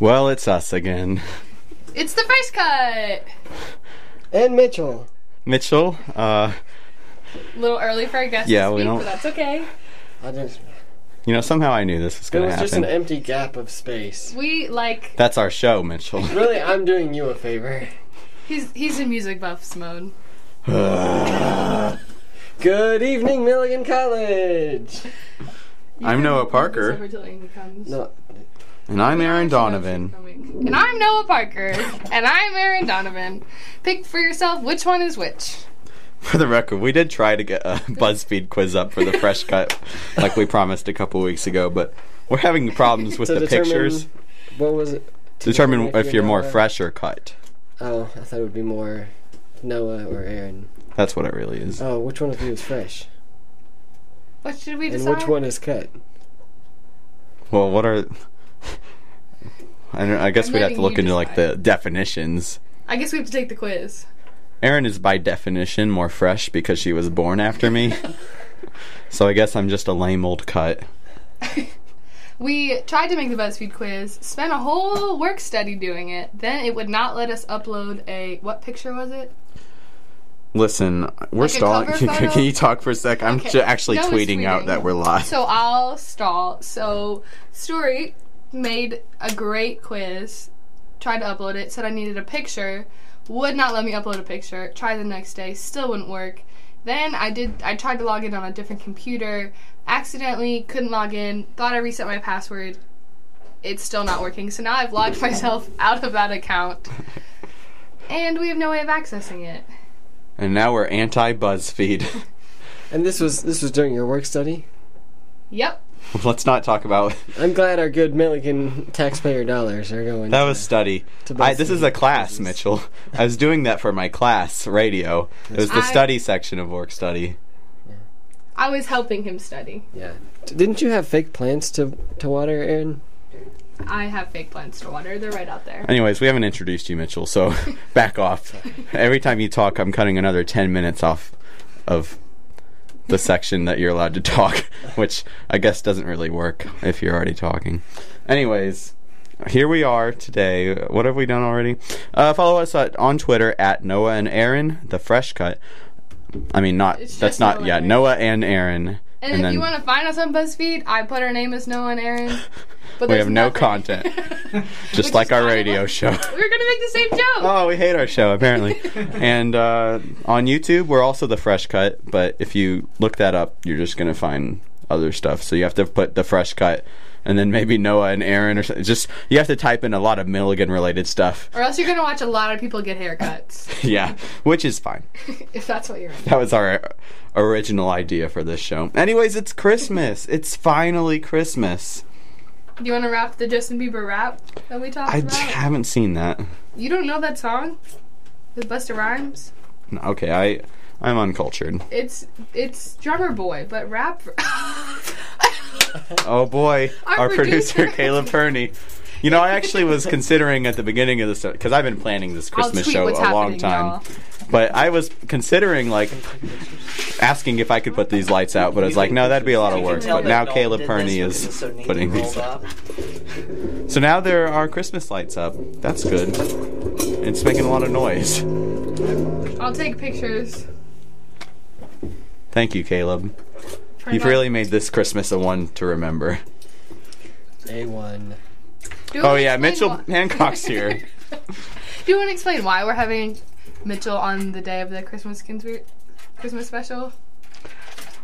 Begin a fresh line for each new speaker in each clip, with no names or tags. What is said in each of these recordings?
Well, it's us again.
It's the first cut.
And Mitchell.
Mitchell, uh,
A little early for a guest
Yeah,
this
we
week,
don't-
but that's okay.
I didn't.
you know, somehow I knew this was
It
going
was
to
just an
happen.
empty gap of space.
We like
That's our show, Mitchell.
Really, I'm doing you a favor.
he's he's in music buffs mode.
Good evening, Milligan College.
I'm Noah Parker.
No,
No,
And I'm Aaron Donovan.
And I'm Noah Parker. and I'm Aaron Donovan. Pick for yourself which one is which.
For the record, we did try to get a BuzzFeed quiz up for the fresh cut, like we promised a couple weeks ago, but we're having problems with
to
the
determine-
pictures.
What was it?
To determine
determine
if you're more
Noah.
fresh or cut.
Oh, I thought it would be more Noah or Aaron.
That's what it really is.
Oh, which one of you is fresh?
What should we
And
decide?
which one is cut?
Well, what are? I don't. I guess
I'm
we'd have
letting
to look
you
into like the definitions.
I guess we have to take the quiz.
Erin is by definition more fresh because she was born after me. so I guess I'm just a lame old cut.
We tried to make the BuzzFeed quiz, spent a whole work study doing it, then it would not let us upload a what picture was it?
Listen, we're
Like a
stalling.
cover photo?
Can you talk for a sec? I'm
Okay.
ju- actually
No, it's
tweeting out
tweeting.
that we're live.
So I'll stall. So Story made a great quiz, tried to upload it, said I needed a picture, would not let me upload a picture, tried the next day, still wouldn't work. Then I did I tried to log in on a different computer, accidentally couldn't log in, thought I reset my password. It's still not working. So now I've logged myself out of that account. And we have no way of accessing it.
and now we're anti BuzzFeed.
And this was this was during your work study.
Yep.
Let's not talk about
I'm glad our good Milligan taxpayer dollars are going.
that. Was study.
To
I, this is a
BuzzFeed
class,
quizzes.
Mitchell. I was doing that for my class radio. It was the
I-
study section of work study.
I was helping him study.
yeah. D- Didn't you have fake plants to to water, Aaron?
I have fake plants to water. They're right out there.
Anyways, we haven't introduced you, Mitchell, so back off. Every time you talk, I'm cutting another 10 minutes off of the section that you're allowed to talk, which I guess doesn't really work if you're already talking. Anyways, here we are today. What have we done already? Uh, follow us at, on Twitter at Noah and Aaron, the fresh cut. I mean, not
It's
that's
just
not
Noah
yeah,
and Aaron.
Noah and Aaron.
And, if you want to find us on BuzzFeed, I put our name as Noah and Aaron. But
we
there's
have no
nothing.
content,
Which
just
is
like
kind
our
of
radio
what-
show.
We were gonna make the same joke.
Oh, we hate our show apparently. and uh, on YouTube, we're also the Fresh Cut, but if you look that up, you're just gonna find other stuff. So you have to put the Fresh Cut, and then maybe Noah and Aaron, or something. just you have to type in a lot of Milligan related stuff.
Or else you're gonna watch a lot of people get haircuts,
yeah, which is fine.
if that's what you're into.
That was our original idea for this show. Anyways, it's Christmas. it's finally Christmas.
Do you want to rap the Justin Bieber rap that we talked
I
about?
haven't seen that.
you don't know that song with Busta Rhymes?
No, Okay, I I'm uncultured.
It's it's Drummer Boy, but rap.
Oh boy,
Our
our, producer,
producer.
Caleb Perney. You know, I actually was considering at the beginning of this because I've been planning this
I'll
Christmas
tweet
show
what's
a long
happening,
time.
y'all.
But I was considering like asking if I could put these lights out, but I was like, no, that'd be a lot of
You can
work.
tell
But
that
now
Nolan
Caleb
did
Perney
this because it's
is
so neatly
putting these.
rolled up.
So now there are Christmas lights up. That's good. It's making a lot of noise.
I'll take pictures.
Thank you, Caleb.
Turn
You've
it on.
really made this Christmas a one to remember.
A one.
Do you
Oh
wanna
yeah,
explain
Mitchell
why-
Hancock's here.
Do you want to explain why we're having Mitchell on the day of the Christmas conspe- Christmas special?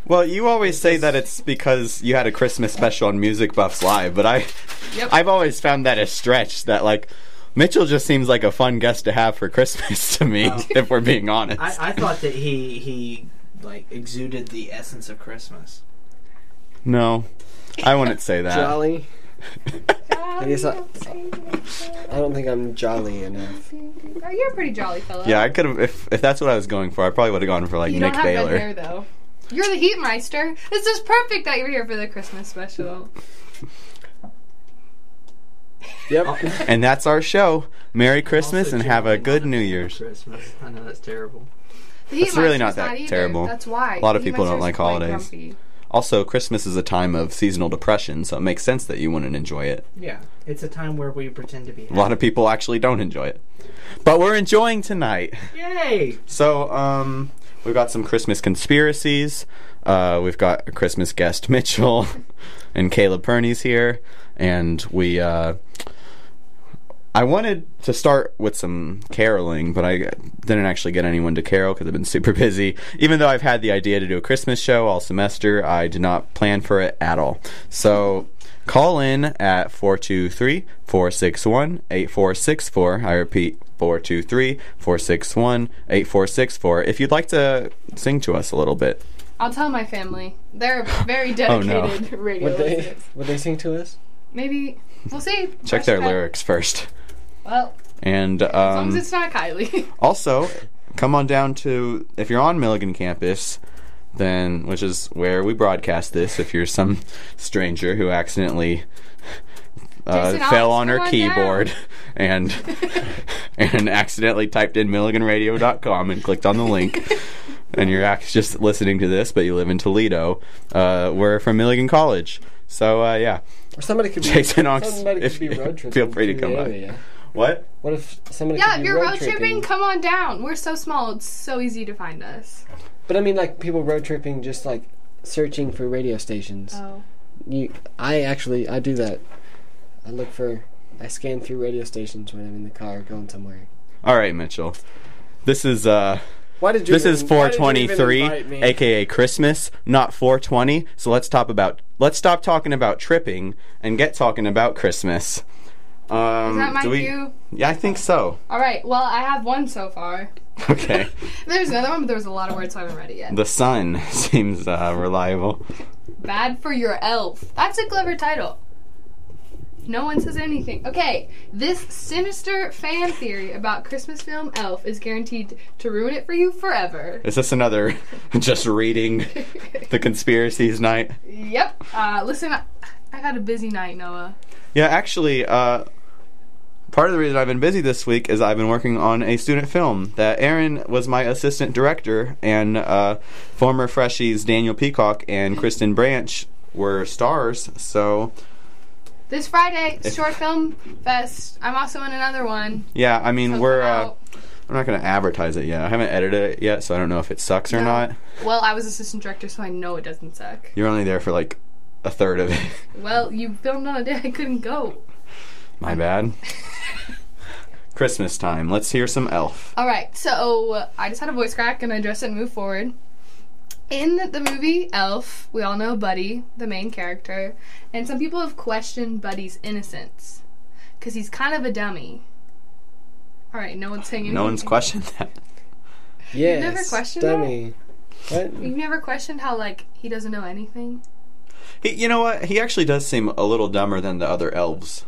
Well, you always say that it's because you had a Christmas special on Music Buffs Live, but I,
Yep.
I've always found that a stretch. That like, Mitchell just seems like a fun guest to have for Christmas to me,
Oh.
if we're being honest.
I, I thought that he he like exuded the essence of Christmas.
no, I wouldn't say that.
Jolly.
I
guess I- I don't think I'm jolly enough.
Oh, you're a pretty jolly fellow.
Yeah, I could have. If if that's what I was going for, I probably would have gone for like
you
Nick
don't have
Baylor.
red hair though. You're the heat meister. This is perfect that you're here for the Christmas special.
Yep.
And that's our show. Merry Christmas
Also,
and have a
generally
good
not
New
fan of
Year's.
Christmas. I know that's terrible.
The heat
It's really not
meister's
that
either.
terrible.
That's why
A lot of
The heat
people don't
meister's
like
quite
holidays.
grumpy.
Also, Christmas is a time of seasonal depression, so it makes sense that you wouldn't enjoy it.
Yeah, it's a time where we pretend to be.
A lot of people actually don't enjoy it. But we're enjoying tonight.
Yay!
So, um, we've got some Christmas conspiracies. Uh, we've got a Christmas guest Mitchell and Caleb Perney's here, and we. Uh, I wanted to start with some caroling, but I didn't actually get anyone to carol because I've been super busy. Even though I've had the idea to do a Christmas show all semester, I did not plan for it at all. So call in at 423 461 8464. I repeat, 423 461 8464 if you'd like to sing to us a little bit.
I'll tell my family. They're
Oh,
very dedicated radio
Would they
listeners.
would they sing to us?
Maybe we'll see.
Check their lyrics first.
Well,
And um,
as long as it's not Kylie.
Also, come on down to if you're on Milligan campus, then which is where we broadcast this. If you're some stranger who accidentally uh,
Jason
fell
Alex,
on her
come on
keyboard and and accidentally typed in MilliganRadio.com and clicked on the link. And you're act- just listening to this, but you live in Toledo. Uh, we're from Milligan College, so uh, yeah.
Or somebody could be
Jason Ox,
somebody
if
could be
you-
road
feel
tripping.
free to
the
come by.
area.
What?
What if somebody
yeah,
could
if
be
you're road
tripping?
tripping, come on down. We're so small; it's so easy to find us.
But I mean, like people road tripping, just like searching for radio stations.
Oh,
You, I actually, I do that. I look for, I scan through radio stations when I'm in the car going somewhere.
All right, Mitchell. This is uh,
Why did you?
This is
even- why did you even
423,
invite me?
aka Christmas, not 420. So let's talk about let's stop talking about tripping and get talking about Christmas. Um,
is that my
do we-
cue?
Yeah, I think so.
All right. Well, I have one so far.
Okay,
There's another one, but there's a lot of words I haven't read it yet.
the sun seems uh, reliable.
Bad for your elf. That's a clever title. No one says anything. Okay, this sinister fan theory about Christmas film Elf is guaranteed to ruin it for you forever.
Is this another just reading the conspiracies night?
yep. Uh, listen, I, I had a busy night, Noah.
Yeah, actually, uh, part of the reason I've been busy this week is I've been working on a student film that Aaron was my assistant director, and uh, former freshies Daniel Peacock and Kristen Branch were stars. So
This Friday, short film fest. I'm also in another one.
yeah, I mean
So
we're
come
uh,
out.
I'm not gonna advertise it yet. I haven't edited it yet, so I don't know if it sucks or
No.
not.
Well, I was assistant director, so I know it doesn't suck.
You're only there for like a third of it.
Well, you filmed on a day I couldn't go.
my bad. Christmas time. Let's hear some Elf.
All right, so uh, I just had a voice crack and I addressed it and moved forward. In the movie Elf, we all know Buddy, the main character, and some people have questioned Buddy's innocence because he's kind of a dummy. All right, no one's saying anything.
No one's questioned that.
Yes,
never questioned that?
dummy. What?
You've never questioned how like he doesn't know anything,
He, you know what? He actually does seem a little dumber than the other elves.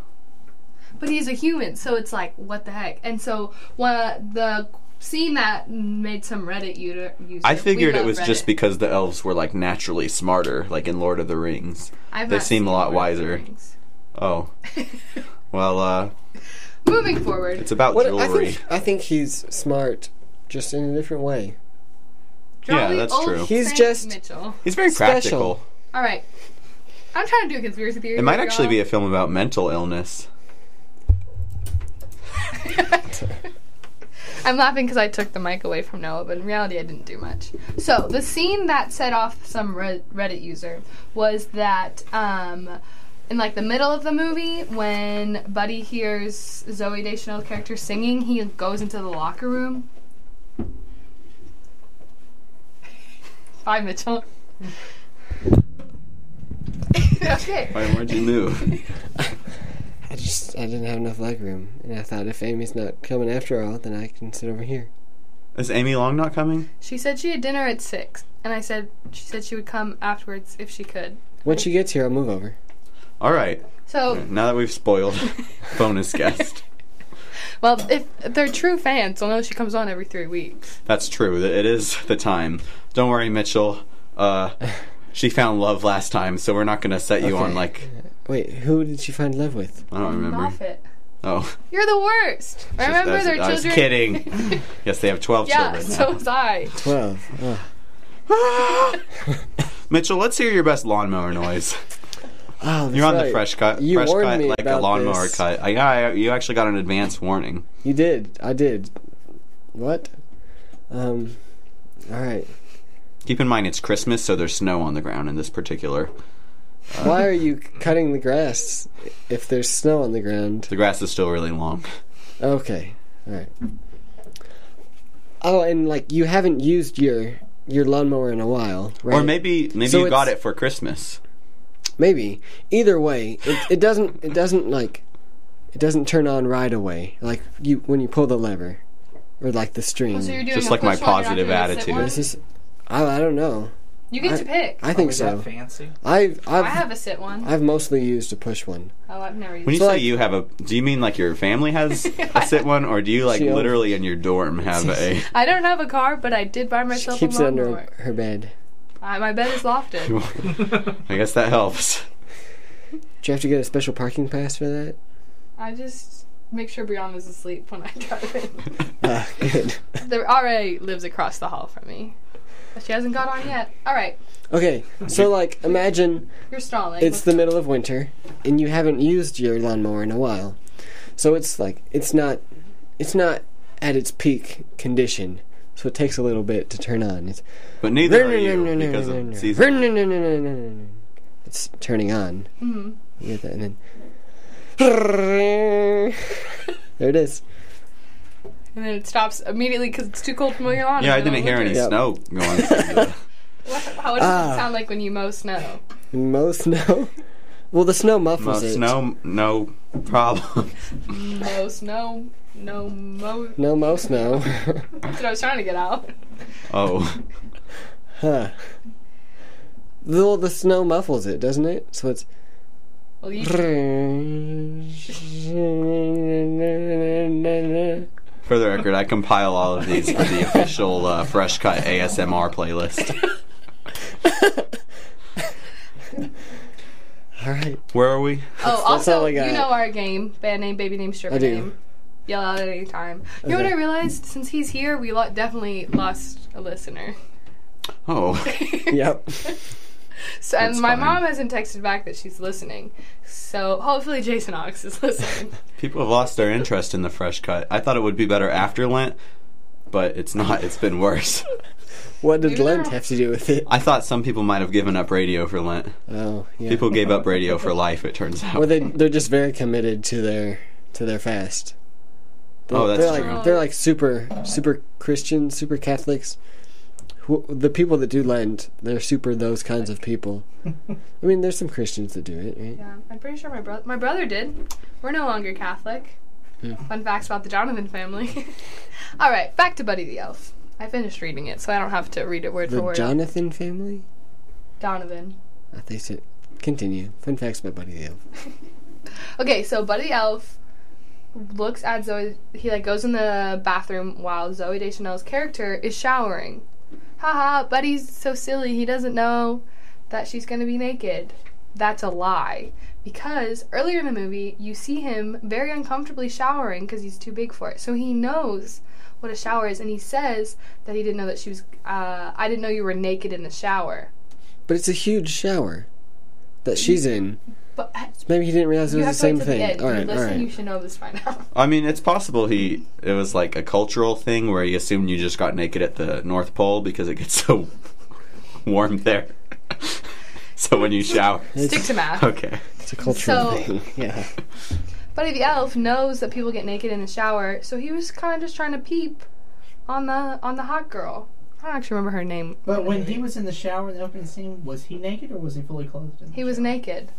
but he's a human, so it's like what the heck. And so one of the scene that made some Reddit user. user-
I
we
figured it
love
was just
Reddit.
because the elves were like naturally smarter, like in Lord of the Rings.
I've
they
not
seem a
seen
lot
Lord of the
wiser.
Rings.
Oh, well, uh,
Moving forward,
it's about
What? I
jewelry.
think I think he's smart, just in a different way.
yeah,
Jolly
that's
old
true.
He's
Frank
just-
Mitchell.
He's very
Special.
practical.
All right, I'm trying to do a conspiracy theory.
It might actually be a film about mental illness.
I'm laughing because I took the mic away from Noah, but in reality, I didn't do much. So the scene that set off some Red- Reddit user was that um, in like the middle of the movie, when Buddy hears Zoe Deschanel's character singing, he goes into the locker room. Bye, Mitchell. okay.
Why would you move?
I just I didn't have enough leg room, and I thought if Amy's not coming after all, then I can sit over here.
Is Amy Long not coming?
She said she had dinner at six, and I said she said she would come afterwards if she could.
Once she gets here, I'll move over.
All right.
So,
Now that we've spoiled bonus guest,
well, if they're true fans, they'll know she comes on every three weeks.
that's true. It is the time. Don't worry, Mitchell. Uh, she found love last time, so we're not gonna set you on
Okay.
like
Wait, who did she find love with?
I don't remember.
Moffitt,
Oh.
you're the worst. Remember
That's-
their
I
children.
was kidding. Mm, yes, they have 12
Yeah,
Oh.
children.
so was I.
Twelve. Oh.
Mitchell, let's hear your best lawnmower noise.
Oh, that's
You're on the
right.
fresh cut,
You
fresh
warned
cut
me
like a
about
lawnmower
this.
cut. I, I, you actually got an advance warning.
You did. I did. What? Um. All right.
Keep in mind it's Christmas, so there's snow on the ground in this particular.
Why are you cutting the grass if there's snow on the ground?
The grass is still really long.
Okay. All right. Oh, and like you haven't used your your lawnmower in a while, right?
Or maybe maybe
So
you got
it's-
it for Christmas.
maybe. Either way, it, it doesn't it doesn't like it doesn't turn on right away. Like you when you pull the lever or like the string.
So you're doing
Just
a
like my
push one, you're
positive
not doing a sit
attitude.
one?
This is I, I don't know.
You get to pick.
I think
was
so.
Oh, that fancy?
I've I've
I have a sit one.
I've mostly used a push one.
oh, I've never used.
When you
So,
say
like-
you have a, do you mean like your family has a sit one, or do you like
She owns-
literally in your dorm have a?
I don't have a car, but I did buy
She
myself
keeps
a
it under
lawnmower.
her bed.
I, my bed is lofted.
I guess that helps.
Do you have to get a special parking pass for that?
I just make sure Brianna is asleep when I drive in.
Uh,
Ah, good.
the RA lives across the hall from me. But She hasn't got on yet. All right,
Okay, so like imagine
you're stalling.
it's the middle of winter and you haven't used your lawnmower in a while. So it's like it's not it's not at its peak condition. So it takes a little bit to turn on. It's
But neither are you because of season.
It's turning on.
Mhm.
You get that and then There it is.
and then it stops immediately because it's too cold for my lawn.
Yeah, I
in the
didn't hear
middle
any
of
Yep.
snow going. through the-
winter. What- How does
Ah.
it sound like when you mow snow?
Mo snow. Well, the snow muffles
Most
it.
snow, no problem.
Mow snow, no mow.
No mo snow.
That's what I was trying to get out.
Oh,
Huh. Well, the snow muffles it, doesn't it? So it's.
Well, you Oh,
That's
for the record, I compile all of these for the official uh, Fresh Cut ASMR playlist.
All right.
Where are we?
Oh, also,
all I got.
you know our game, band name, baby name, stripper
I do.
name. Yell out at any time. You know what
Okay.
I realized? Since he's here, we lo- definitely lost a listener.
Oh,
Yep.
So, and
That's
my
fine.
mom hasn't texted back that she's listening. So hopefully Jason Ox is listening.
people have lost their interest in the Fresh Cut. I thought it would be better after Lent, but it's not. It's been worse.
What did
Maybe they're
Lent
all-
have to do with it?
I thought some people might have given up radio for Lent.
Oh, yeah.
People gave up radio for life. It turns out.
Well, they they're just very committed to their to their fast. They-
Oh, that's
they're like,
true.
They're like super super Christian, super Catholics. Who, the people that do Lent, they're super those kinds of people. I mean, there's some Christians that do it, right?
yeah, I'm pretty sure my brother my brother did. We're no longer Catholic.
Yeah.
Fun facts about the Donovan family. All right, back to Buddy the Elf. I finished reading it, so I don't have to read it word for
The
word.
Jonathan family.
Donovan.
I think so. Continue. Fun facts about Buddy the Elf.
Okay, so Buddy the Elf looks at Zoe. He like goes in the bathroom while Zoe Deschanel's character is showering. Haha, Buddy's so silly. He doesn't know that she's gonna be naked. That's a lie. Because earlier in the movie, you see him very uncomfortably showering because he's too big for it. So he knows what a shower is, and he says that he didn't know that she was. Uh, I didn't know you were naked in the shower.
But it's a huge shower that she's in.
But uh,
Maybe he didn't realize it
you
was the
have to wait till
same
the
thing.
end.
All
If you
right, all
listen, you
right.
should know this by now.
I mean, it's possible he it was like a cultural thing where he assumed you just got naked at the North Pole because it gets so warm there. so when you shower,
Stick to math.
okay.
It's a cultural
So-
thing. Yeah.
Buddy the Elf knows that people get naked in the shower, so he was kind of just trying to peep on the on the hot girl. I don't actually remember her name.
But when he was in the shower in the opening scene, was he naked or was he fully clothed? In the
He was
shower?
naked.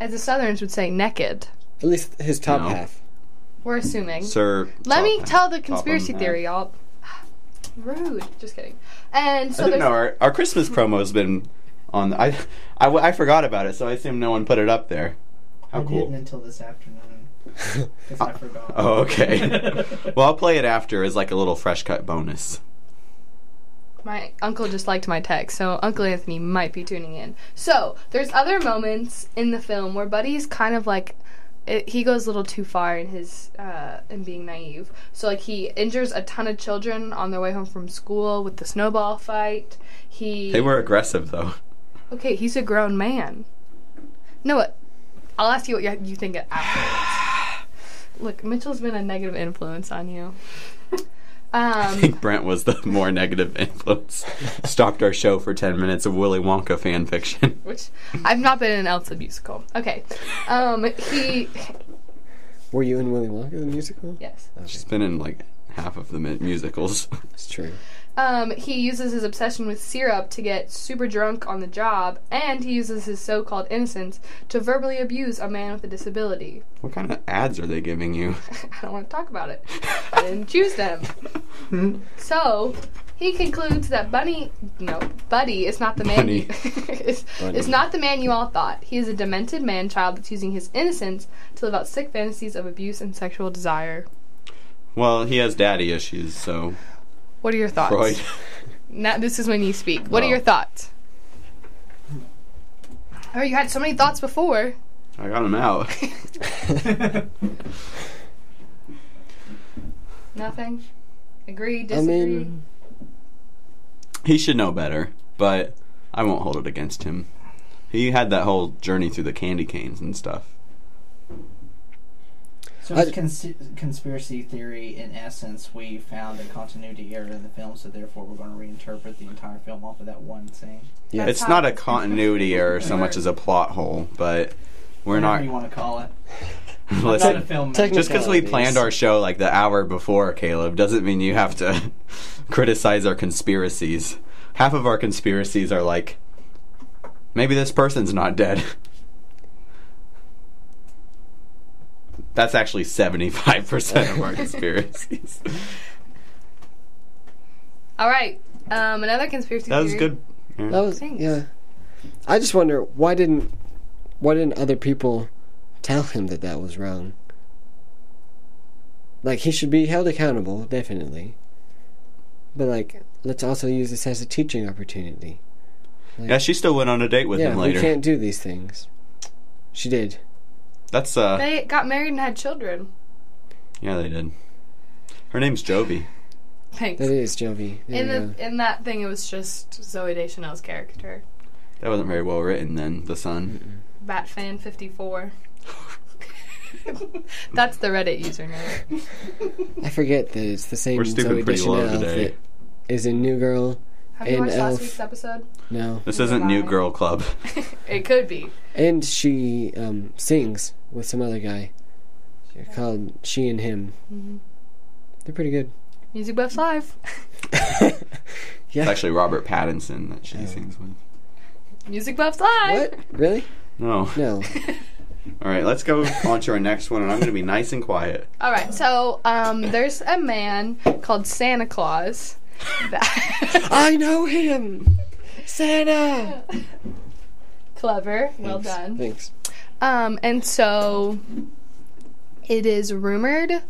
As the Southerns would say, naked.
At least his top
No.
half.
We're assuming.
Sir,
Let me
Top-
tell the
Topham
conspiracy
Hatt.
theory, y'all. Rude. Just kidding. And
I
so
didn't
there's
know our, our Christmas promo has been on. I, I w- I forgot about it, so I assume no one put it up there. How
I didn't
cool.
until this afternoon because I forgot.
Oh, okay. well, I'll play it after as like a little fresh cut bonus.
My uncle just liked my text, so Uncle Anthony might be tuning in. So, there's other moments in the film where Buddy's kind of like it, he goes a little too far in his uh, in being naive. So like he injures a ton of children on their way home from school with the snowball fight. He
They were aggressive though.
okay. He's a grown man. No, what? I'll ask you what you, you think afterwards. Look, Mitchell's been a negative influence on you.
I
Um,
think Brent was the more negative influence. Stopped our show for 10 minutes of Willy Wonka fan fiction.
which I've not been in an Elsa musical. Okay, um, he
Were you in Willy Wonka the musical?
yes.
She's been in like half of the mi- musicals.
It's true.
Um, he uses his obsession with syrup to get super drunk on the job, and he uses his so called innocence to verbally abuse a man with a disability.
What kind of ads are they giving you?
I don't want to talk about it. I didn't choose them. so, he concludes that Bunny, no, Buddy is not the man.
Bunny.
You, is,
Bunny.
is not the man you all thought. He is a demented man child that's using his innocence to live out sick fantasies of abuse and sexual desire.
Well, he has daddy issues, so
What are your thoughts?
Freud.
Now this is when you speak. What
Oh.
are your thoughts? Oh, you had so many thoughts before.
I got him out.
Nothing. Agree,
I
disagree.
mean,
He should know better, but I won't hold it against him. He had that whole journey through the candy canes and stuff.
So
I-
it's cons- conspiracy theory. In essence, we found a continuity error in the film, so therefore we're going to reinterpret the entire film off of that one scene.
yeah.
That's
it's
how-
not a continuity error so much as a plot hole, but we're
Whatever
not.
you want to call it. I'm not a
Listen,
film.
technic-
just because we
Technicalities.
planned our show like the hour before, Caleb, doesn't mean you have to criticize our conspiracies. Half of our conspiracies are like, maybe this person's not dead. That's actually 75% of our conspiracies.
All right. Um, another conspiracy
that was
theory.
good.
That was
Thanks.
yeah. I just wonder why didn't why didn't other people tell him that that was wrong? Like he should be held accountable, definitely. But like, let's also use this as a teaching opportunity.
Yeah, she still went on a date with
yeah,
him
we
later.
can't do these things. She did.
That's uh
They got married and had children.
yeah, they did. Her name's Joby.
Thanks.
That is Jovi. There
In
you go.
the in that thing, it was just Zoe Deschanel's character,
That wasn't very well written then, the son.
Batfan fifty four. That's the Reddit username.
I forget that it's the same
We're stooping
Zoe
pretty low
Deschanel
today.
that is in New Girl.
Have you
And
watched
Elf.
last week's episode?
No,
This isn't New
Bye.
Girl Club.
it could be.
and she um, sings with some other guy. They're called She and Him.
Mhm.
They're pretty good.
Music Buffs Live.
It's
yeah.
actually Robert Pattinson that she
Oh.
sings with.
Music Buffs Live.
What? Really?
No.
No.
All right, let's go on to our next one, and I'm going to be nice and quiet.
All right. So um, there's a man called Santa Claus. that-
I know him. Santa.
Clever. Well
Thanks.
done.
Thanks.
Um, and so it is rumored.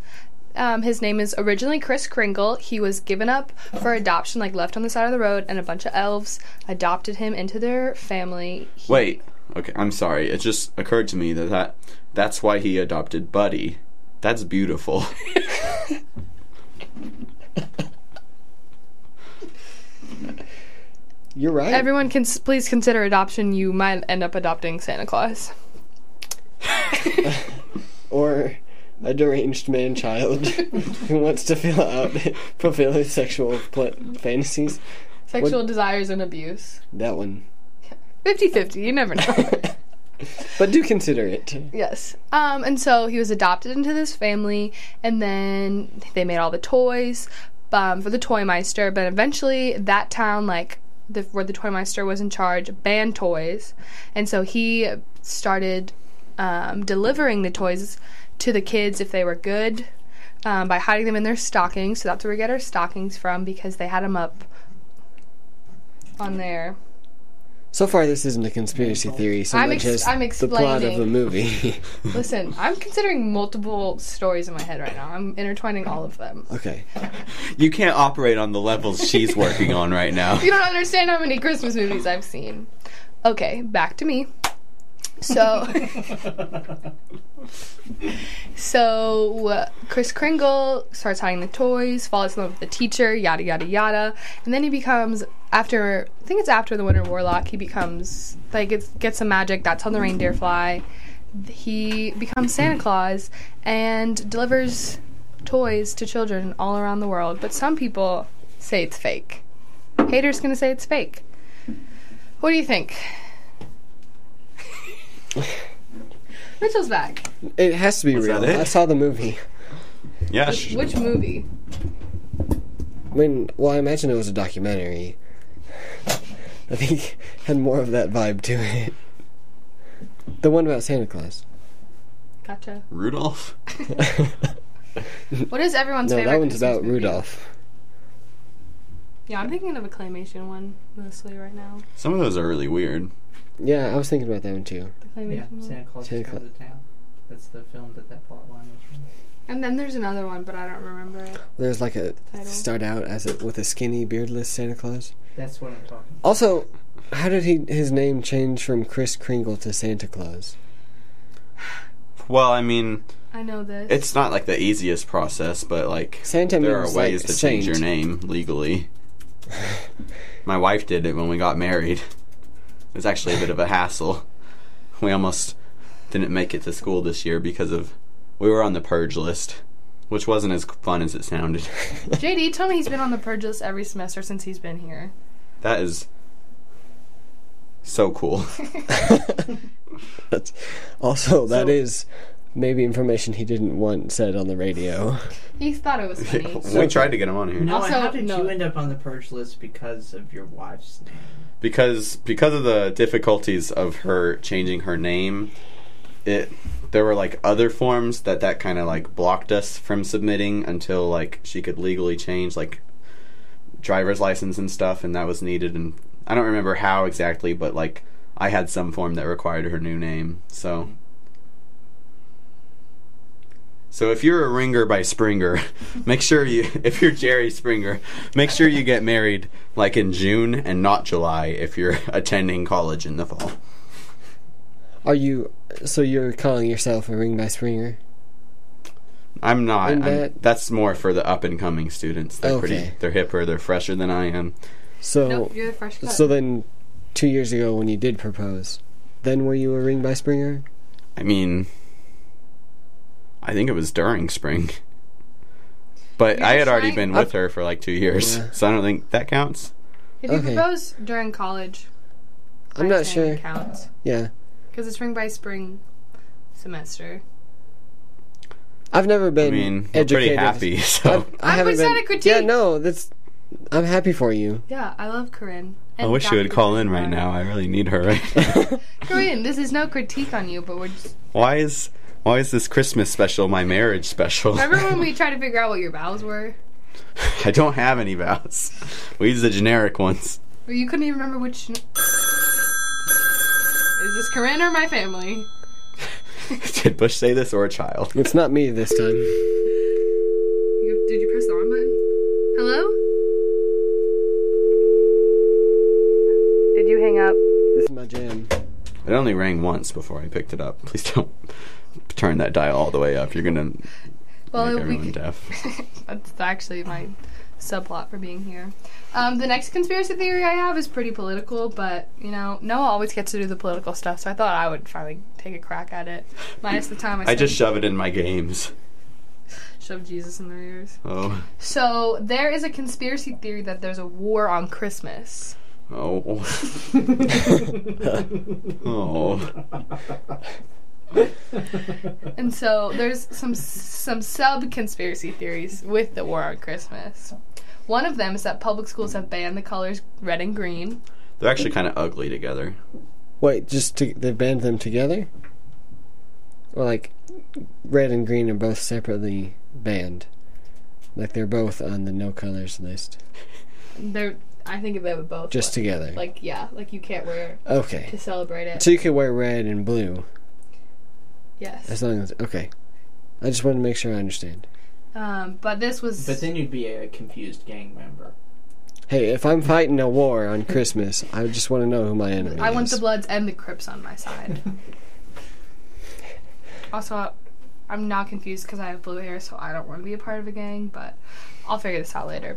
Um, his name is originally Chris Kringle. He was given up for adoption, like left on the side of the road, and a bunch of elves adopted him into their family. He-
Wait. Okay, I'm sorry. It just occurred to me that, that that's why he adopted Buddy. That's beautiful.
You're right.
Everyone can s- please consider adoption. You might end up adopting Santa Claus.
or a deranged man child who wants to fill out fulfill his sexual pl- fantasies.
Sexual desires and abuse.
That one.
50 50, you never know.
But do consider it.
Yes. Um, and so he was adopted into this family, and then they made all the toys um, for the Toy Meister. But eventually, that town, like the, where the Toy Meister was in charge, banned toys, and so he started um, delivering the toys to the kids if they were good um, by hiding them in their stockings. So that's where we get our stockings from because they had them up on there.
So far, this isn't a conspiracy theory so
I'm
much
ex-
as
I'm
the plot of
explaining.
the movie.
Listen, I'm considering multiple stories in my head right now. I'm intertwining all of them.
okay.
you can't operate on the levels she's working on right now.
You don't understand how many Christmas movies I've seen. Okay, back to me. So, so uh, Chris Kringle starts hiding the toys, falls in love with the teacher, yada yada yada, and then he becomes after I think it's after the Winter Warlock he becomes like gets gets some magic that's how the reindeer fly. He becomes Santa Claus and delivers toys to children all around the world, but some people say it's fake. Haters gonna say it's fake. What do you think? Mitchell's back.
It has to be
Was
real.
that it?
I saw the movie.
Yeah.
Which, which movie?
I mean, well, I imagine it was a documentary. I think it had more of that vibe to it. The one about Santa Claus.
Gotcha.
Rudolph?
What is everyone's
no,
favorite?
that one's
Christmas
about
movie?
Rudolph.
Yeah, I'm thinking of a claymation one mostly right now.
Some of those are really weird.
Yeah, I was thinking about that one too.
The claymation
Yeah,
one.
Santa Claus
Santa
is
Cla-
Coming to Town. That's the film that that plot line was from.
And then there's another one, but I don't remember it.
There's like a
Title.
start out as a, with a skinny, beardless Santa Claus.
That's what I'm talking
Also, how did he his name change from Chris Kringle to Santa Claus?
Well, I mean,
I know this.
it's not like the easiest process, but like
Santa
there are
means
ways
like
to
saint.
change your name legally. My wife did it when we got married. It was actually a bit of a hassle. We almost didn't make it to school this year because of we were on the purge list, which wasn't as fun as it sounded.
JD told me he's been on the purge list every semester since he's been here.
That is so cool.
That's, also, that
So-
is maybe information he didn't want said on the radio.
He thought it was funny.
we tried to get him on here.
about. No,
Also,
how did
no.
you end up on the purge list because of your wife's name?
because because of the difficulties of her changing her name it there were like other forms that that kind of like blocked us from submitting until like she could legally change like driver's license and stuff and that was needed and i don't remember how exactly but like i had some form that required her new name so so if you're a ringer by Springer, make sure you if you're Jerry Springer, make sure you get married like in June and not July if you're attending college in the fall.
Are you? So you're calling yourself a ring by Springer?
I'm not.
And
I'm-
that-
that's more for the up and coming students. They're pretty.
Okay.
They're hipper. They're fresher than I am.
So,
Nope, you're the fresh cut.
so then, two years ago when you did propose, then were you a ring by Springer?
I mean, I think it was during spring, but
You
I
were
had already
trying-
been with her for like two years,
Yeah.
so I don't think that counts.
if you
okay.
propose during college,
I'm
I
not
say
sure.
It counts
Yeah,
because it's spring by spring semester.
I've never been
I mean, we're pretty
educated.
happy.
I've,
So
I
I
haven't
was at
been-
a critique.
Yeah, no, that's. I'm happy for you.
Yeah, I love Corinne.
I
And
wish you would
Dr.
call in right
Corinne.
now. I really need her right now.
Corinne, this is no critique on you, but we're just.
Why is why is this Christmas special my marriage special?
Remember when we tried to figure out what your vows were?
I don't have any vows. We use the generic ones.
Or you couldn't even remember which. Is this Corinne or my family?
Did Bush say this or a child?
It's not me this time.
You, did you press the on button? Hello? Did you hang up?
This is my jam.
It only rang once before I picked it up. Please don't turn that dial all the way up. You're gonna
Well,
make
it'll be-
everyone deaf.
That's actually my subplot for being here. Um, the next conspiracy theory I have is pretty political, but you know, Noah always gets to do the political stuff, so I thought I would finally take a crack at it. Minus the time I,
I
spent-
just shove it in my games.
shoved Jesus in their ears.
Oh,
So there is a conspiracy theory that there's a war on Christmas.
oh, oh.
And so there's some some sub conspiracy theories with the war on Christmas. One of them is that public schools have banned the colors red and green.
They're actually kind of ugly together.
Wait, just to, they banned them together? Or like, red and green are both separately banned. Like they're both on the no colors list,
They're I think they would both
just together.
like yeah, like you can't wear to
okay,
celebrate it.
so you could wear red and blue
Yes.
as long as okay. I just wanted to make sure I understand.
Um, but this was
But then you'd be a confused gang member.
Hey, if I'm fighting a war on Christmas, I just want to know who my enemy
I
is.
want the Bloods and the Crips on my side. also, I- I'm not confused because I have blue hair, so I don't want to be a part of a gang, but I'll figure this out later.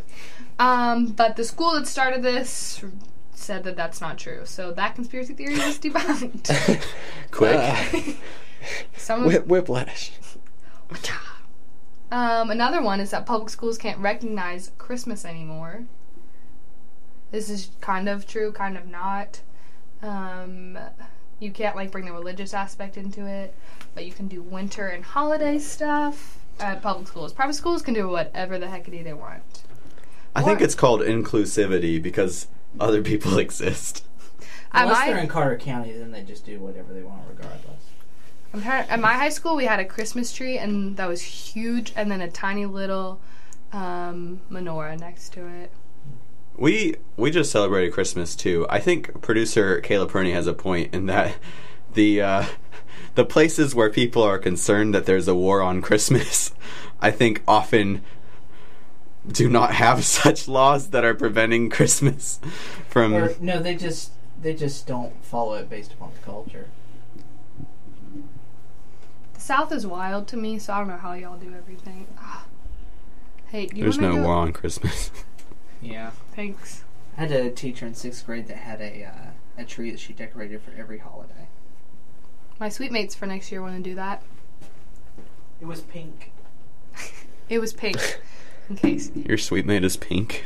Um, but the school that started this said that that's not true, so that conspiracy theory was debunked.
Quick.
Ah,
Some of
whip, whiplash.
Um, another one is that public schools can't recognize Christmas anymore. This is kind of true, kind of not. Um, you can't like bring the religious aspect into it, but you can do winter and holiday stuff at public schools. Private schools can do whatever the heckity they want.
I think
Or-
it's called inclusivity because other people exist.
At
Unless
my,
they're in Carter County, then they just do whatever they want, regardless.
I'm trying- at my high school, we had a Christmas tree, and that was huge, and then a tiny little um, menorah next to it.
We we just celebrated Christmas too. I think producer Caleb Perney has a point in that the uh, the places where people are concerned that there's a war on Christmas, I think often do not have such laws that are preventing Christmas from
Or no, they just they just don't follow it based upon the culture.
The South is wild to me, so I don't know how y'all do everything. Ah. Hey, do you
There's
wanna
no
go?
war on Christmas.
Yeah.
Thanks.
I had a teacher in sixth grade that had a uh, a tree that she decorated for every holiday.
My sweet mates for next year want to do that.
It was pink.
It was pink, in case.
Your sweet mate is pink.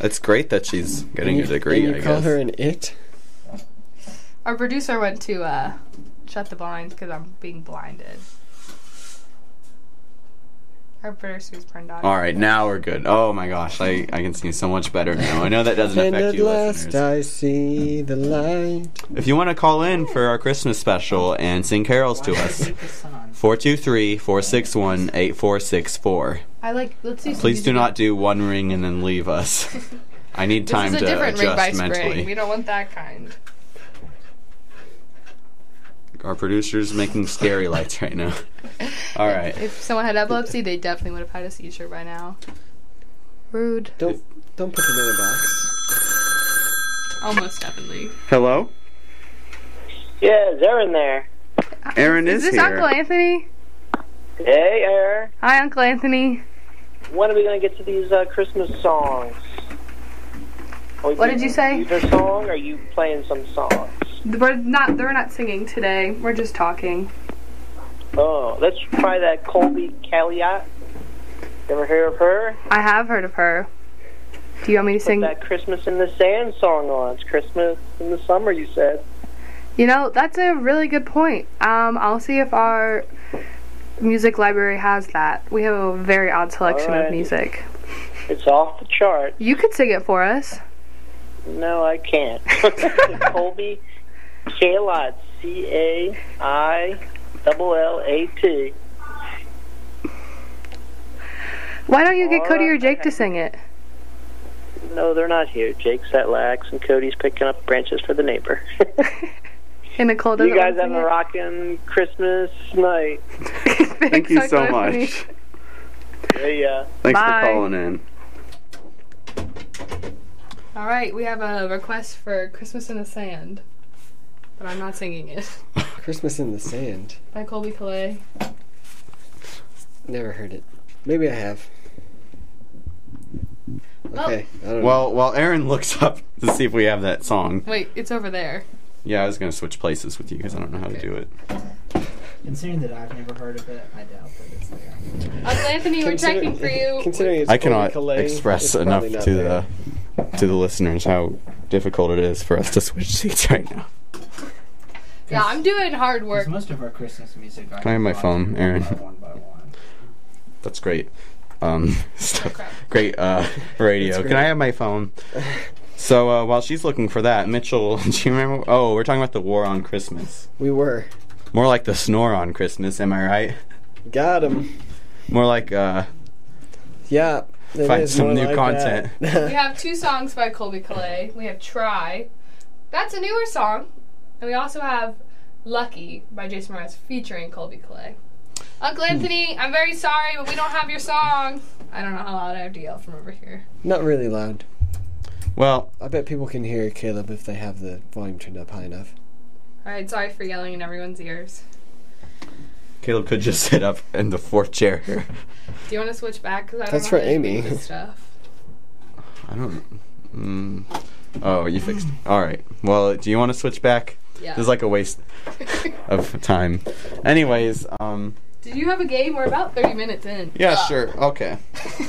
It's great that she's
And
getting
you,
a degree.
and you
I
call
guess.
her an it?
Our producer went to uh, shut the blinds because I'm being blinded. Our producer's turned on.
All right, now we're good. Oh my gosh, I, I can see so much better now. I know that doesn't
And
affect
at
you
last
listeners.
I see the light.
If you want to call in for our Christmas special and sing carols to
Why did
us,
it take the sun?
423-461-8464.
I like. Let's do. some
Please do
music.
not do one ring and then leave us. I need
This
time
is a
to
different ring by
adjust
spring. We
mentally.
don't want that kind.
Our producer's making scary lights right now. All right.
If someone had epilepsy, they definitely would have had a seizure by now. Rude.
Don't don't put them in a box.
Almost definitely.
Hello?
Yeah, they're in there.
Aaron
Is
is
this
here.
Uncle Anthony?
Hey, Aaron.
Hi, Uncle Anthony.
When are we gonna get to these uh, Christmas songs? Are we
What did you say?
Either song, or are you playing some songs?
We're not. They're not singing today. We're just talking.
Oh, let's try that Colby Calliot. Ever hear of her?
I have heard of her. Do you want me to sing?
That Christmas in the Sand song on. It's Christmas in the summer. You said.
You know, that's a really good point. Um, I'll see if our music library has that. We have a very odd selection of
Alright.
music.
It's off the chart.
You could sing it for us.
No, I can't. Colby Calliot. C A I double L A T.
Why don't you get Cody or
Alright.
Jake to sing it?
No, they're not here. Jake's at Lax, and Cody's picking up branches for the neighbor.
And Nicole doesn't.
you guys
want
having
to
a rockin' Christmas night.
sing it?
Thank
Thanks,
you
Uncle
so
Anthony.
much.
Yeah, yeah.
Thanks
Bye.
for calling in.
All right, we have a request for "Christmas in the Sand," but I'm not singing it
Christmas in the sand.
by Colby Calais.
Never heard it. Maybe I have. Okay. I don't
Well, while Aaron looks up to see if we have that song,
Wait, it's over there.
Yeah, I was gonna switch places with you because I don't know how to do it.
Considering that I've never heard of it, I doubt that it's there.
Uncle Anthony,
know.
we're
Consider-
checking for you.
Considering it's
I cannot
Colby Calais,
express
it's
enough
probably not
to
there.
the to the listeners how difficult it is for us to switch seats right now.
Yeah, I'm doing hard work.
Because most of our Christmas music.
Can I have my
brought
phone,
one
Aaron?
by one by one.
That's great. Um, stuff.
crap.
Great uh, radio.
That's
Can I
great.
have my phone? So uh, while she's looking for that, Mitchell, do you remember? Oh, we're talking about the war on Christmas.
We were.
More like the snore on Christmas. Am I right?
Got him.
More like uh,
Yeah. it
Find
is
some
more
new
like
content.
We
that.
have two songs by Colby Calais. We have Try. That's a newer song. And we also have Lucky by Jason Mraz featuring Colby Calais. Uncle
Hmm.
Anthony, I'm very sorry, but we don't have your song. I don't know how loud I have to yell from over here.
Not really loud.
Well,
I bet people can hear Caleb if they have the volume turned up high enough.
All right, sorry for yelling in everyone's ears.
Caleb could just sit up in the fourth chair here.
Do you want to switch back? Cause I don't
That's
know
for
how to do
Amy.
this Stuff.
I don't. Mm, oh, you fixed. it. All right. Well, do you want to switch back?
Yeah.
This is like a waste of time. Anyways, um,
Did you have a game? We're about 30 minutes in.
yeah, sure, okay.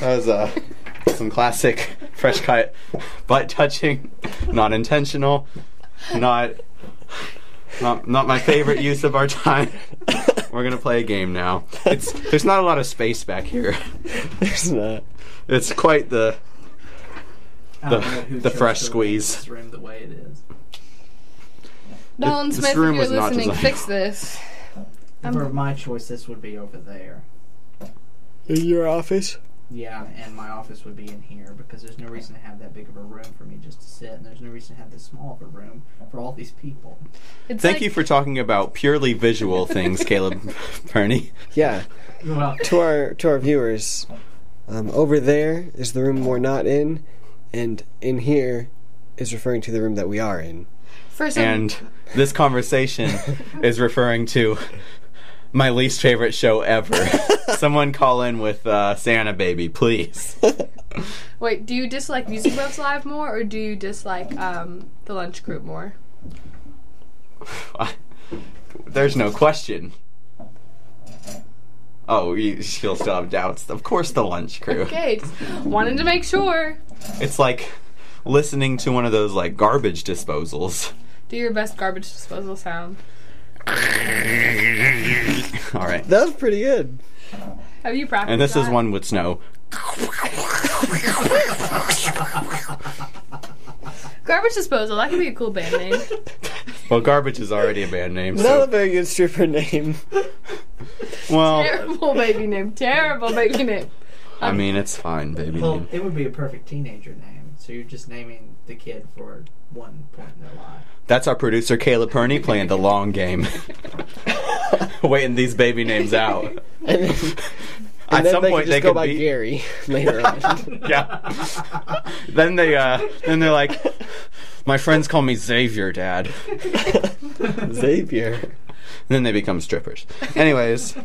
That was uh, some classic fresh cut butt touching, not intentional, not not not my favorite use of our time. We're gonna play a game now. It's there's not a lot of space back here.
There's not.
It's quite the
I
The-
don't know who
the
chose
fresh
to
squeeze.
leave This room the way it is.
Nolan
this
Smith,
room
if
was
you're
not
listening,
designed-
fix this.
If
Um,
it were my choice, this would be over there.
In your office?
Yeah, and my office would be in here because there's no reason to have that big of a room for me just to sit, and there's no reason to have this small of a room for all these people.
It's
Thank
like-
you for talking about purely visual things, Caleb Perney.
Yeah.
Well,
To our to our viewers, um, over there is the room we're not in, and in here is referring to the room that we are in.
for some
And this conversation is referring to my least favorite show ever. Someone call in with uh, Santa Baby, please.
Wait, do you dislike Music Box Live more, or do you dislike um, the Lunch Group more?
There's no question. Oh, you, she'll still have doubts. Of course, the lunch crew.
Okay, just wanted to make sure.
It's like listening to one of those like garbage disposals.
Do your best garbage disposal sound.
All right.
That was pretty good.
Have you practiced?
And this is
that?
one with snow.
garbage disposal. That could be a cool band name.
Well, garbage is already a band name.
Not a
So,
very good stripper name.
well,
terrible baby name. Terrible baby name.
I mean, it's fine, baby.
well, it would be a perfect teenager name. So you're just naming the kid for one point in their life.
That's our producer Caleb Perney playing the long game, waiting these baby names out.
And then,
At
then
some
they
point,
could just
they
go
could
by
be.
Gary later on.
Yeah. then they, uh, then they're like, my friends call me Xavier, Dad. And
Xavier.
then they become strippers. Anyways,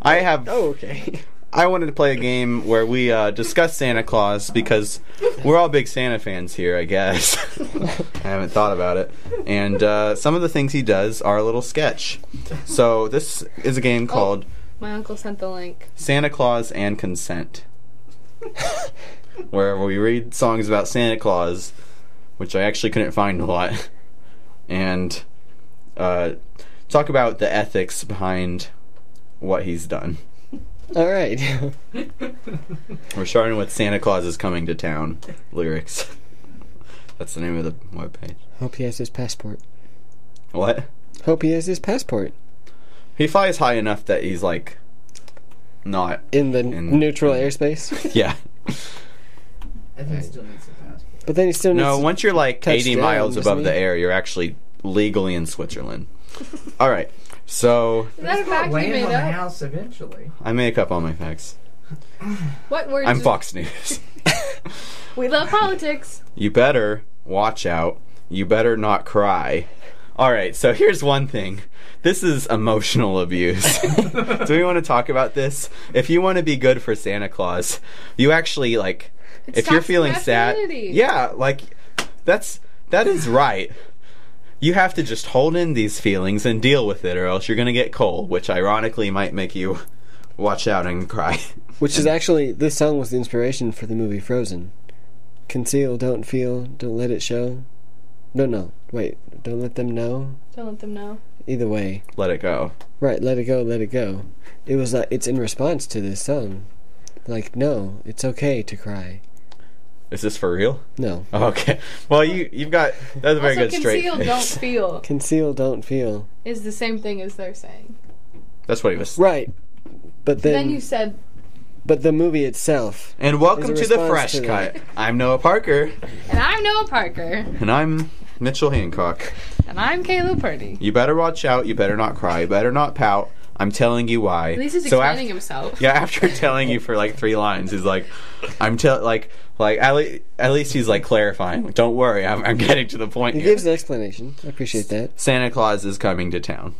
I have.
Oh, okay.
I wanted to play a game where we uh, discuss Santa Claus because we're all big Santa fans here, I guess. I haven't thought about it. And uh, some of the things he does are a little sketch. So this is a
Oh.
game called
My uncle sent the link.
Santa Claus and Consent, where we read songs about Santa Claus, which I actually couldn't find a lot, and uh, talk about the ethics behind what he's done.
All right.
We're starting with Santa Claus is coming to town lyrics. That's the name of the webpage.
Hope he has his passport.
What?
Hope he has his passport
He flies high enough that he's like not.
in the
In-
neutral airspace.
Yeah.
I think still needs a passport.
But then he still needs.
No, once you're like
touch
80
down,
miles
doesn't
above the
he?
air, you're actually legally in Switzerland. All right. So
Is that a fact you
Land
made
on the
up?
house eventually.
I make up all my facts.
What words?
I'm
is-
Fox News.
We love politics.
You better watch out. You better not cry. All right, so here's one thing. This is emotional abuse. Do we want to talk about this? If you want to be good for Santa Claus, you actually like if you're
toxic
feeling sad,
masculinity.
yeah, like that's that is right. You have to just hold in these feelings and deal with it or else you're going to get cold, which ironically might make you watch out and cry.
Which is actually this song was the inspiration for the movie Frozen. Conceal, don't feel, don't let it show. No, no, wait, don't let them know.
Don't let them know.
Either way,
Let it go.
right? Let it go, let it go. It was like it's in response to this song. Like, no, it's okay to cry.
Is this for real?
No,
Okay. Well, you you've got that's a very
also,
good straight
conceal,
face.
don't feel
conceal, don't feel.
is the same thing as they're saying.
That's what he was.
Right, but then,
Then, you said
but the movie itself.
And welcome
There's a
to the Fresh
response to that.
Cut. I'm Noah Parker,
And I'm Noah Parker.
and I'm Mitchell Hancock.
And I'm Caleb Purdy.
You better watch out. You better not cry. You better not pout. I'm telling you why.
At least he's
So af-
explaining himself.
yeah, after telling you for like three lines, he's like, "I'm tell like like at, le- at least he's like clarifying. Like, Don't worry, I'm, I'm getting to the point."
He
here.
gives an explanation. I appreciate that.
Santa Claus is coming to town.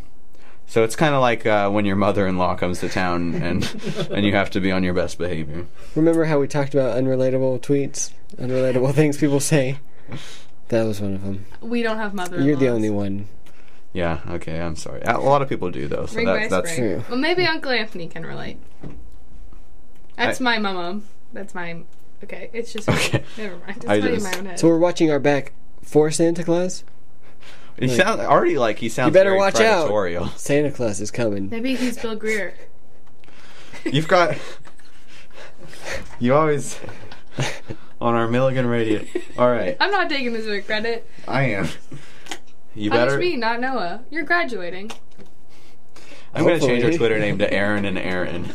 So it's kind of like uh, when your mother-in-law comes to town and and you have to be on your best behavior.
Remember how we talked about unrelatable tweets, unrelatable things people say? That was one of them.
We don't have mother.
You're the only one.
Yeah, okay, I'm sorry. A lot of people do though, so
Ring
that,
by
that's
spring.
true.
Well, maybe Uncle Anthony can relate. That's
I-
my mama. That's my. Okay, it's just.
Okay.
Never mind. It's
I
not in
just-
my own head.
So we're watching our back for Santa Claus.
he sounds already like he sounds.
better
very
watch out.
predatorial.
Santa Claus is coming.
maybe he's Bill Greer.
You've got. You always on our Milligan radio. All right,
I'm not taking this for credit.
I am. You
Punish
better.
me, not Noah. You're graduating.
I'm going to change our
Hopefully.
Twitter name to Aaron and Aaron.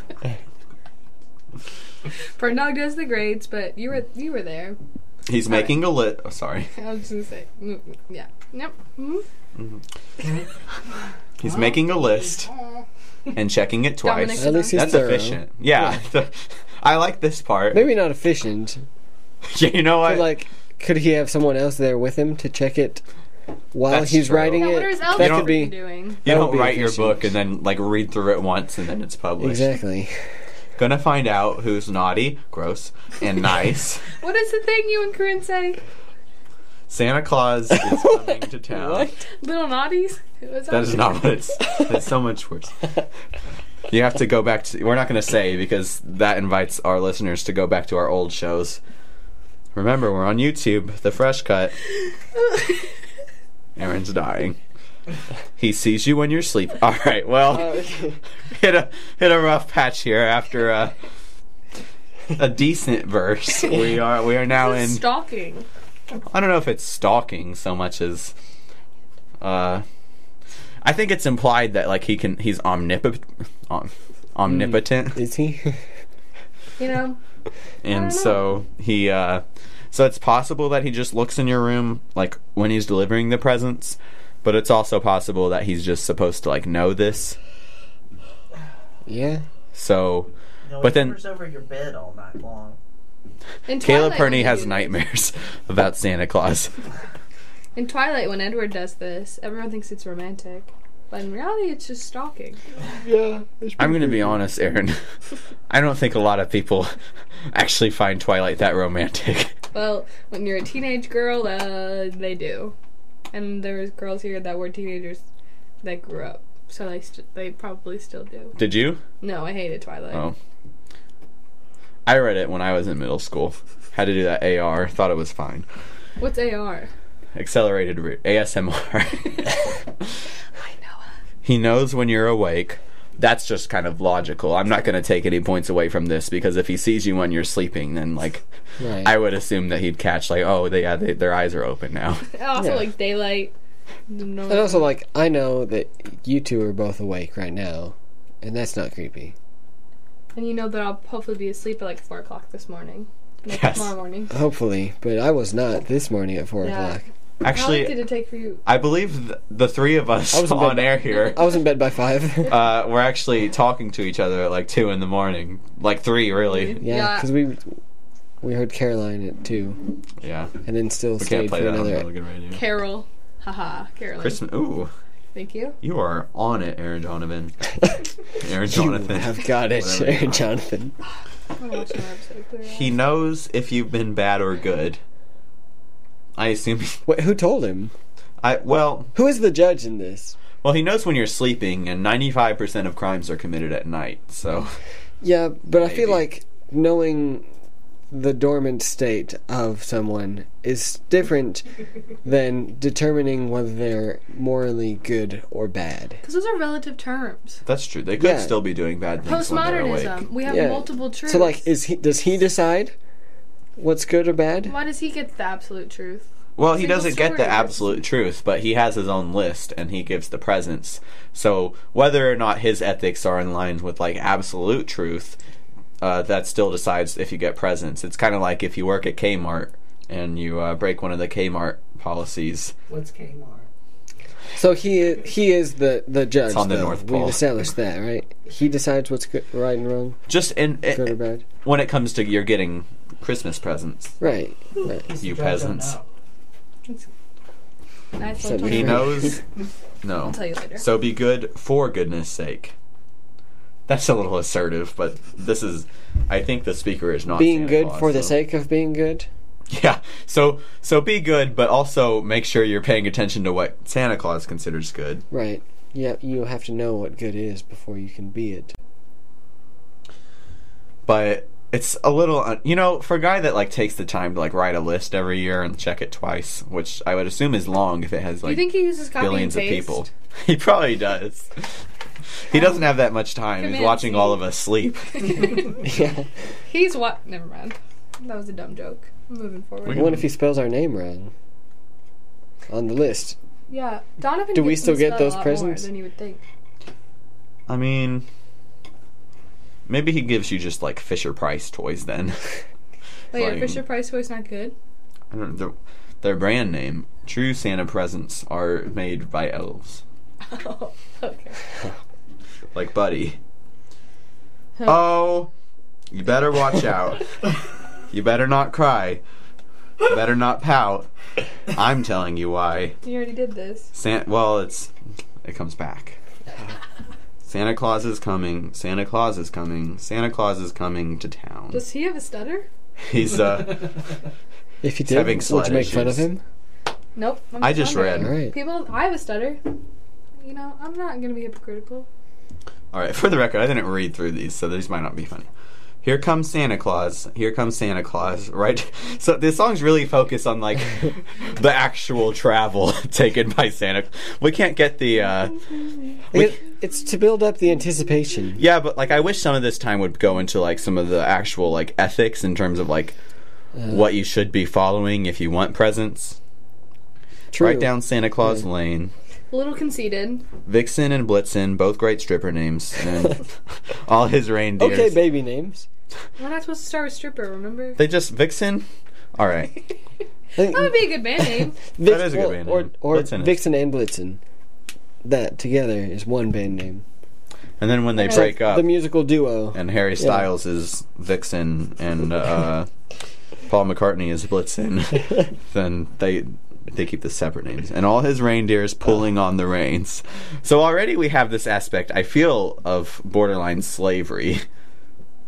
Ferndog does the grades, but you were you were there.
He's making a lit. Oh, sorry.
I was gonna say, mm, mm, yeah, nope. mm
He's making a list and checking it
Dominic
twice.
At least he's
That's
thorough.
efficient. Yeah. I like this part.
Maybe not efficient,
Yeah, you know what?
but like, could he have someone else there with him to check it while
That's
he's
true.
writing
Yeah,
it?
what is Elvis
that
don't-
could be
doing?
you
that
don't
would be
write your
efficient.
book and then like read through it once and then it's published.
exactly.
Gonna find out who's naughty, gross, and nice.
What is the thing you and Corinne say?
Santa Claus is coming to town.
What?
Little naughties? What's
That is not what it's. It's so much worse. You have to go back to. We're not going to say because that invites our listeners to go back to our old shows. Remember, we're on YouTube, the fresh cut. Aaron's dying. He sees you when you're asleep. All right, well,
Uh,
hit a hit a rough patch here after a a decent verse. We are we are now in.
stalking.
I don't know if it's stalking so much as uh I think it's implied that like he can he's omnipotent om, omnipotent
Hmm.
is he?
You know,
and
don't know.
so he uh so it's possible that he just looks in your room like when he's delivering the presents but it's also possible that he's just supposed to like know this
yeah.
so
No,
But then-
Covers over your bed all night long.
in
Caleb
Twilight
Perney
when
has
they do-
nightmares about Santa Claus
In Twilight, when Edward does this, everyone thinks it's romantic, but in reality, it's just stalking.
Yeah.
I'm gonna be honest Aaron I don't think a lot of people actually find Twilight that romantic
Well, when you're a teenage girl, uh, they do, and there was girls here that were teenagers that grew up, so they st- they probably still do.
did you
No, I hated Twilight.
Oh. I read it when I was in middle school. Had to do that AR. Thought it was fine.
What's AR?
Accelerated re- ASMR.
I know.
he knows when you're awake. That's just kind of logical. I'm not going to take any points away from this because if he sees you when you're sleeping, then like
Right.
I would assume that he'd catch like, oh, they, yeah, they their eyes are open now.
Also,
Yeah.
like daylight.
and also, like, I know that you two are both awake right now, and that's not creepy.
And you know that I'll hopefully be asleep at like four o'clock this morning. Like,
Yes.
Tomorrow morning.
Hopefully, but I was not this morning at four
Yeah.
o'clock.
How long did
Actually,
it take for you?
I believe th- the three of us
I was in
on
bed.
air here
I was in bed by five. yeah,
uh, were actually talking to each other at like two in the morning, like three really.
Yeah.
because we we heard Caroline at two,
Yeah,
and then still
we can't
stayed
play
for
that on
another.
Milligan Radio.
Carol. Haha, Carolyn.
Christmas. Ooh.
Thank you.
You are on it, Aaron Donovan. Aaron Jonathan.
I've got it,
Whatever.
Sharon Jonathan.
I'm gonna watch another episode of Clear Eyes.
He knows if you've been bad or good. I assume.
Wait, who told him?
I well,
Who is the judge in this?
well, he knows when you're sleeping, and 95% of crimes are committed at night. So
Yeah, but I feel
Maybe.
like knowing the dormant state of someone is different than determining whether they're morally good or bad.
Because those are relative terms.
that's true. They could
Yeah.
still be doing bad things when they're awake.
Postmodernism. We have
Yeah.
multiple truths.
So, like, is he does he decide what's good or bad?
Why does he get the absolute truth?
Well, he
Single
doesn't get the
story.
absolute truth, but he has his own list, and he gives the presents. So whether or not his ethics are in line with like absolute truth, uh, that still decides if you get presents. It's kind of like if you work at Kmart and you uh, break one of the Kmart policies.
What's Kmart?
So he is, he is the the judge.
It's on the
though.
North
We've
Pole.
established that, right? He decides what's good, right and wrong,
Just in,
good or bad.
when it comes to you're getting Christmas presents,
Right. Right.
He's the
You
judge, I don't
peasants.
know.
Nice
Said
little
me.
he
twist.
knows. No.
I'll tell you later.
So be good for goodness sake. That's a little assertive, but this is. I think the speaker is not
Being
Santa
good
Claus,
for the
so-
sake of being good.
Yeah. So so be good, but also make sure you're paying attention to what Santa Claus considers good.
Right. Yeah, you have to know what good is before you can be it.
But it's a little, un- you know, for a guy that like takes the time to like write a list every year and check it twice, which I would assume is long if it has
you
like
think he uses copy
billions of
and paste?
people. He probably does. He doesn't have that much time. He's
Commit,
watching
see?
all of us sleep.
Yeah.
He's what? Never mind. That was a dumb joke. Moving forward.
We-
what if he spells our name wrong? On the list.
yeah, Donovan.
Do we
gets
still
misspelled
get those
a lot
presents?
More than you would think.
I mean, maybe he gives you just like Fisher Price toys then.
Wait, are
Like-
Fisher Price toys not good?
I don't know. Their, their brand name, True Santa Presents, are made by elves.
Oh, okay.
Like Buddy. oh, you better watch out. you better not cry. You better not pout. I'm telling you why.
You already did this.
San- well, it's it comes back. Santa Claus is coming. Santa Claus is coming. Santa Claus is coming to town.
Does he have a stutter?
He's uh
If he did,
having
would
slut
you make fun of
issues.
him?
Nope. I'm
I just
wondering.
read.
Alright.
People, I have a stutter. You know, I'm not gonna be hypocritical.
All right, for the record, I didn't read through these, so these might not be funny. Here comes Santa Claus. Here comes Santa Claus. Right. So this song's really focused on like the actual travel taken by Santa. We can't get the. uh we-
It, it's to build up the anticipation.
Yeah, but like I wish some of this time would go into like some of the actual like ethics in terms of like
Uh,
what you should be following if you want presents.
True.
Right down Santa Claus Lane.
A little conceited.
Vixen and Blitzen, both great stripper names, Oh, and all his reindeers.
Okay, baby names.
We're not supposed to start with stripper. Remember?
They just Vixen. All right.
I think
That would be a good band name.
Vix-
That is a good band
or,
name.
Or, or
Blitzen is-
Vixen and Blitzen. That together is one band name.
And then when they
Okay.
break up,
The musical duo.
and Harry Styles is Vixen, and uh, Paul McCartney is Blitzen, then they they keep the separate names, and all his reindeers pulling on the reins. So already we have this aspect. I feel of borderline slavery,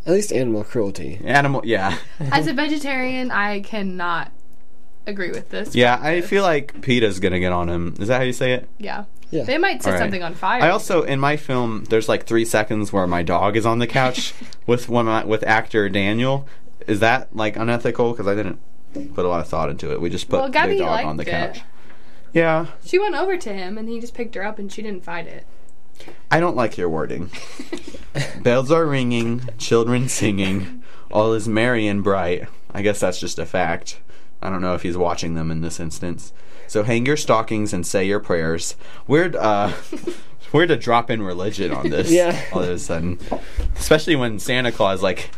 At least animal cruelty.
animal. Yeah,
As a vegetarian, I cannot agree with this.
yeah. I feel like Peta's gonna get on him. Is that how you say it?
Yeah.
Yeah.
They might set
All right.
something on fire.
I also in my film there's like three seconds where my dog is on the couch with one of my, with actor Daniel. Is that like unethical? Because I didn't put a lot of thought into it. We just put
Well,
the
Gabby
dog
liked
on the
it.
couch. Yeah,
She went over to him and he just picked her up and she didn't fight it.
I don't like your wording. Bells are ringing, children singing, all is merry and bright. I guess that's just a fact. I don't know if he's watching them in this instance. So hang your stockings and say your prayers. Weird, uh, weird to drop in religion on this.
Yeah.
All of a sudden, especially when Santa Claus, like,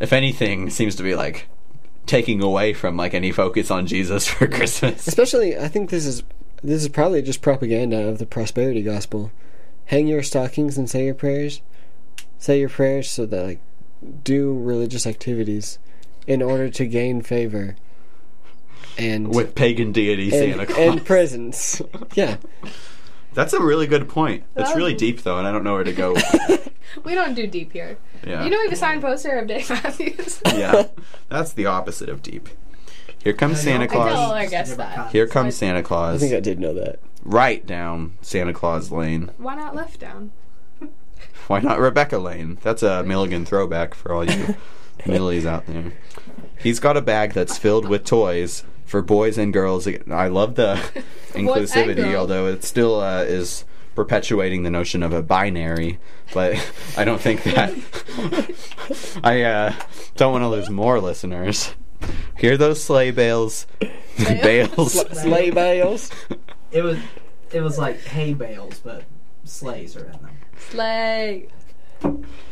if anything, seems to be like taking away from like any focus on Jesus for Christmas.
Especially, I think this is this is probably just propaganda of the prosperity gospel. Hang your stockings and say your prayers. Say your prayers so that like do religious activities in order to gain favor and
With pagan deity
and,
Santa Claus.
and presents. Yeah,
That's a really good point. That's
That
really
was-
deep though, and I don't know where to go.
We don't do deep here.
Yeah.
You know we have a signed poster of Dave Matthews.
yeah. That's the opposite of deep. Here comes Santa
I know,
Claus.
I guess
Different
that.
kinds.
Here comes Santa
I
Claus.
think I did know that.
Right down Santa Claus Lane.
Why not left down?
Why not Rebecca Lane? That's a Milligan throwback for all you Millies out there. He's got a bag that's filled with toys for boys and girls. I love the
Boys and
inclusivity,
girls.
although it still uh, is perpetuating the notion of a binary. But I don't think that. I uh, don't want to lose more listeners. Hear those sleigh bells? Bales.
Sleigh bales.
It was, it was like hay bales, but sleighs are in them.
Slay.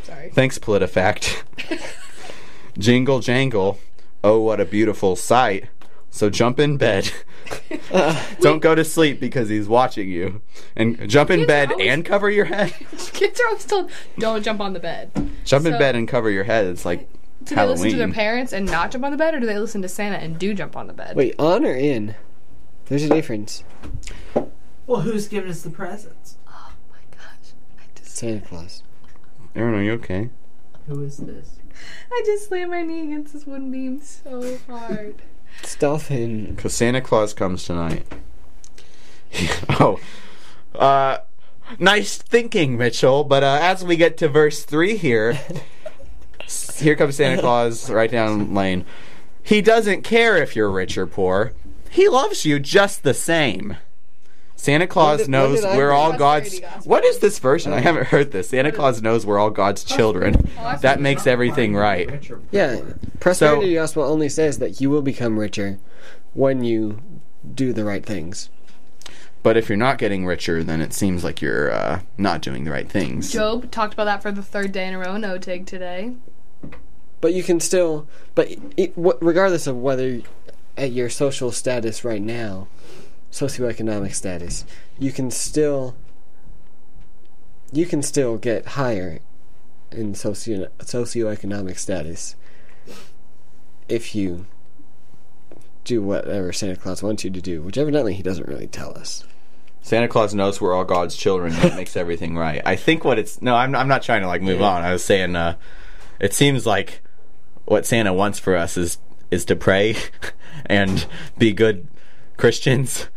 Sorry.
Thanks, PolitiFact. jingle jangle. Oh, what a beautiful sight. So jump in bed.
Uh,
Don't go to sleep because he's watching you. And jump in
Kids
bed
are always-
and cover your head.
Kids are always told, don't jump on the bed.
Jump in
So-
bed and cover your head. It's like
Do they listen to their
Halloween.
parents and not jump on the bed, or do they listen to Santa and do jump on the bed?
Wait, on or in? There's a difference.
Well, who's giving us the presents?
Oh my gosh. I just,
Santa Claus.
Aaron, are you okay?
Who is this?
I just slammed my knee against this wooden beam so hard.
It's dolphin.
Because Santa Claus comes tonight. oh. Uh, nice thinking, Mitchell. But uh, as we get to verse 3 here, s- here comes Santa Claus right down lane. He doesn't care if you're rich or poor, he loves you just the same. Santa Claus
did- when
knows
did I
we're
read
all God's.
Prosperity Gospel?
What is this version? I haven't heard this. Santa Claus knows we're all God's children.
Oh,
Oh,
Prosperity
That makes everything right.
Yeah. Prosperity gospel only says that you will become richer when you do the right things.
But if you're not getting richer, then it seems like you're uh, not doing the right things.
Job talked about that for the third day in a row in OTIG today.
But you can still, but it, wh- regardless of whether at your social status right now, socioeconomic status, you can still, you can still get higher in socio socioeconomic status if you do whatever Santa Claus wants you to do, which evidently he doesn't really tell us.
Santa Claus knows we're all God's children. That makes everything right. I think what it's no, I'm I'm not trying to like move on. I was saying, uh, it seems like what Santa wants for us is is to pray and be good Christians.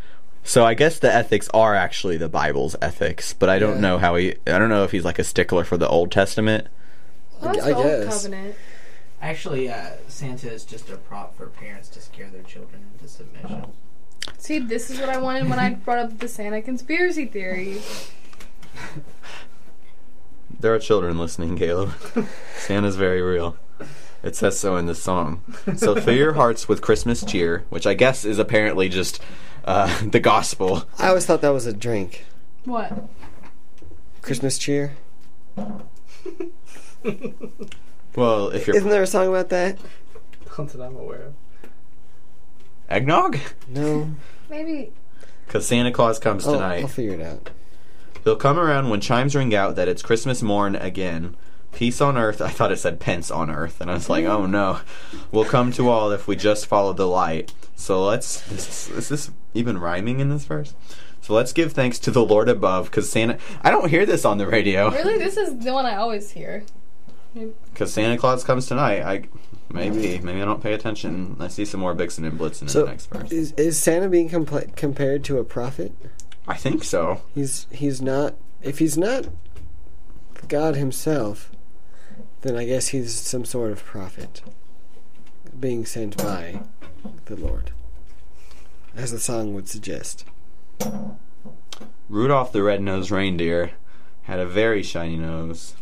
So I guess the ethics are actually the Bible's ethics, but I don't
Yeah.
know how he. I don't know if he's like a stickler for the Old Testament.
Well, that's
I
the old
guess.
covenant.
Actually, uh, Santa is just a prop for parents to scare their children into submission.
See, this is what I wanted when I brought up the Santa conspiracy theory.
There are children listening, Caleb. Santa's very real. It says so in the song. So fill your hearts with Christmas cheer, which I guess is apparently just uh, the gospel.
I always thought that was a drink.
What?
Christmas cheer.
Well, if
Isn't
you're
there a song about that?
Not that I'm aware of.
eggnog,
No.
Maybe.
because Santa Claus comes
Oh,
tonight.
I'll figure it out.
He'll come around when chimes ring out that it's Christmas morn again. Peace on earth. I thought it said pence on earth, and I was like, oh no. We'll come to all if we just follow the light. So let's. Is, is this even rhyming in this verse? So let's give thanks to the Lord above, because Santa. I don't hear this on the radio.
Really, this is the one I always hear.
Because Santa Claus comes tonight. I. Maybe. Maybe I don't pay attention. I see some more Bixen and Blitzen in
So
the next verse.
is, is Santa being compla compared to a prophet?
I think so.
He's he's not. If he's not God himself, then I guess he's some sort of prophet being sent by the Lord, as the song would suggest.
Rudolph the Red-Nosed Reindeer had a very shiny nose.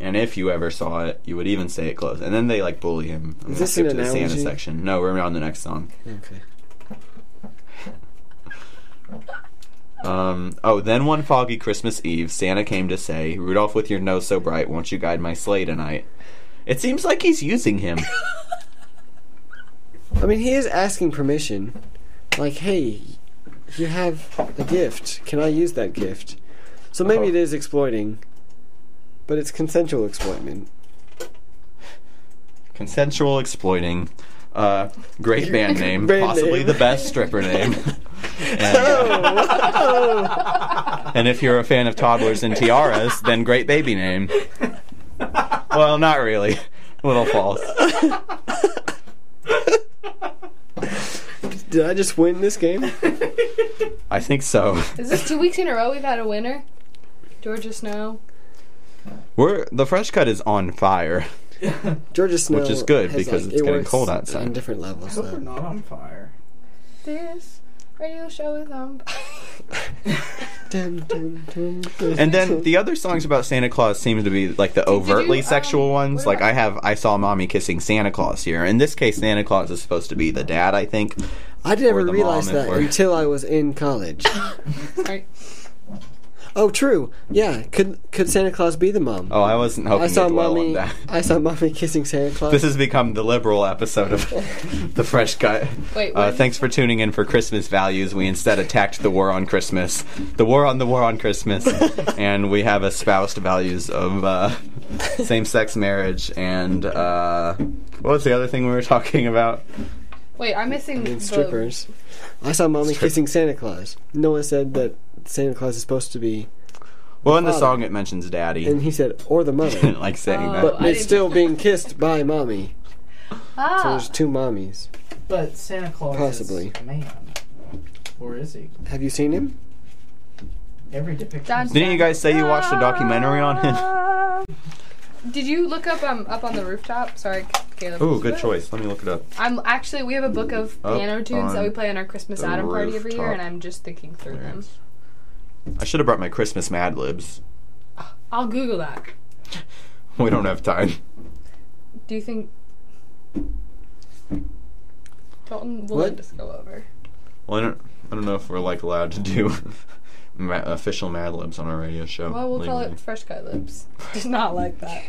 And if you ever saw it, you would even say it close. And then they like bully him. I'm gonna
Is this an
skip to the Santa
analogy?
section. No, we're on the next song.
Okay.
Um, oh, then one foggy Christmas Eve, Santa came to say, "Rudolph, with your nose so bright, won't you guide my sleigh tonight?" It seems like he's using him.
I mean, he is asking permission. Like, hey, you have a gift. Can I use that gift? So maybe
Oh.
it is exploiting, but it's consensual exploitment.
Consensual exploiting. Uh, great band name,
Band
possibly
name. Oh.
the best stripper name. and, uh, Oh. and if you're a fan of toddlers and tiaras, then great baby name. Well, not really. A little false.
Did I just win this game?
I think so.
Is this two weeks in a row we've had a winner? Georgia Snow.
We're the fresh cut is on fire.
Georgia Snow,
is good
has,
because
like,
it's
it
getting
works
cold outside.
On different levels.
hope we're
though.
not on fire.
This radio show is on.
Dun, dun, dun, dun.
And then the other songs about Santa Claus seem to be like the overtly
um,
sexual ones.
what
Like
about-
I have I saw mommy kissing Santa Claus here. In this case, Santa Claus is supposed to be the dad. I think.
I
or
never
the
realized
mom at
that
work.
until I was in college.
Sorry.
Oh, true. Yeah. Could could Santa Claus be the mom?
Oh, I wasn't hoping
I saw
to dwell on
mommy.
that.
I saw mommy kissing Santa Claus.
This has become the liberal episode of the Fresh Cut.
Wait,
Uh,
what?
thanks for tuning in for Christmas values. We instead attacked the war on Christmas, the war on the war on Christmas, and we have espoused values of uh, same-sex marriage and uh, what was the other thing we were talking about?
Wait, I'm missing
and
the-
strippers. I saw mommy
Strip-
kissing Santa Claus. Noah said that Santa Claus is supposed to be,
Well, in the
Father.
song it mentions daddy.
and he said, or the mother.
Didn't like saying
Oh.
that.
But
I
it's
didn't-
still being kissed by mommy. So
Ah,
there's two mommies.
But Santa Claus
Possibly.
is a man. Or is he?
Have you seen him?
Every depiction.
Dun-
is-
Didn't you guys say you watched a documentary on him?
Did you look up um up on the rooftop? Sorry, Caleb.
Ooh, good choice. Let me look it up.
I'm actually we have a book of
Up
piano tunes that
on
we play on our Christmas
the
Adam party every year,
rooftop.
and I'm just thinking through them.
I should have brought my Christmas Mad Libs.
I'll Google that.
We don't have time.
Do you think Dalton will
What?
just go over?
Well, I don't, I don't know if we're like allowed to do ma- official Mad Libs on our radio show.
Well, we'll call
legally.
it Fresh Cut Lips. Did not like that.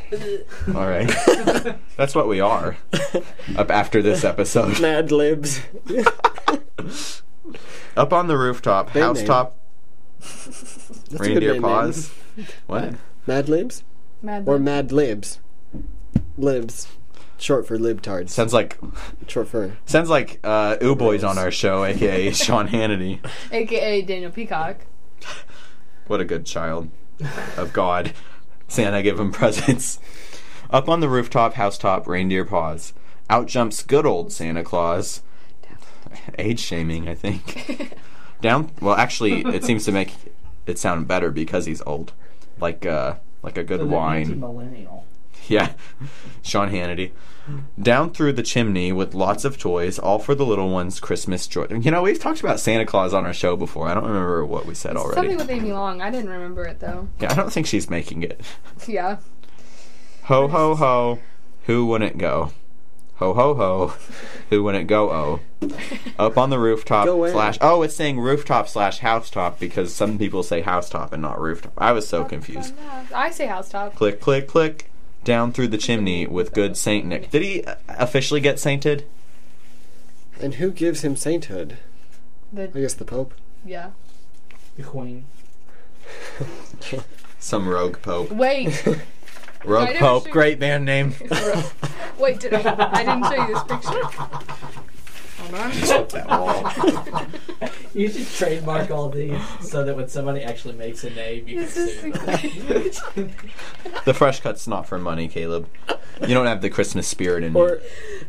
All right, that's what we are. Up after this episode,
Mad Libs.
up on the rooftop,
Band name.
housetop,
That's a good
reindeer
band
paws.
name.
What?
Mad Libs
Mad
or
Lib-
Mad Libs? Libs, short for libtards.
Sounds like
Short for
sounds like uh, Ooh Boys on our show, aka Sean Hannity.
AKA Daniel Peacock.
What a good child of God. Santa give him presents. Up on the rooftop, housetop, reindeer paws. Out jumps good old Santa Claus. Age shaming, I think. Down. Well, actually, it seems to make it sound better because he's old, like uh, like a good
So they're
wine.
anti-millennial.
Yeah, Sean Hannity. Down through the chimney with lots of toys, all for the little ones' Christmas joy. You know, we've talked about Santa Claus on our show before. I don't remember what we said already.
Something with Amy Long. I didn't remember it though.
Yeah, I don't think she's making it.
Yeah.
Ho ho ho, who wouldn't go? Ho ho ho, who wouldn't go? Oh, up on the rooftop
Go where?
slash. Oh, it's saying rooftop slash housetop because some people say housetop and not rooftop. I was so confused.
I say housetop.
Click click click, down through the chimney with good Saint Nick. Did he uh, officially get sainted?
and who gives him sainthood? I
The
guess the Pope.
yeah.
The queen.
Some rogue pope.
Wait.
Rogue
I never
pope,
should-
great band name.
Wait. Did I, I didn't show you this picture. Hold on.
You should trademark all these so that when somebody actually makes a name, you
This is
can sue them.
The fresh cut's not for money, Caleb. You don't have the Christmas spirit in you.
Or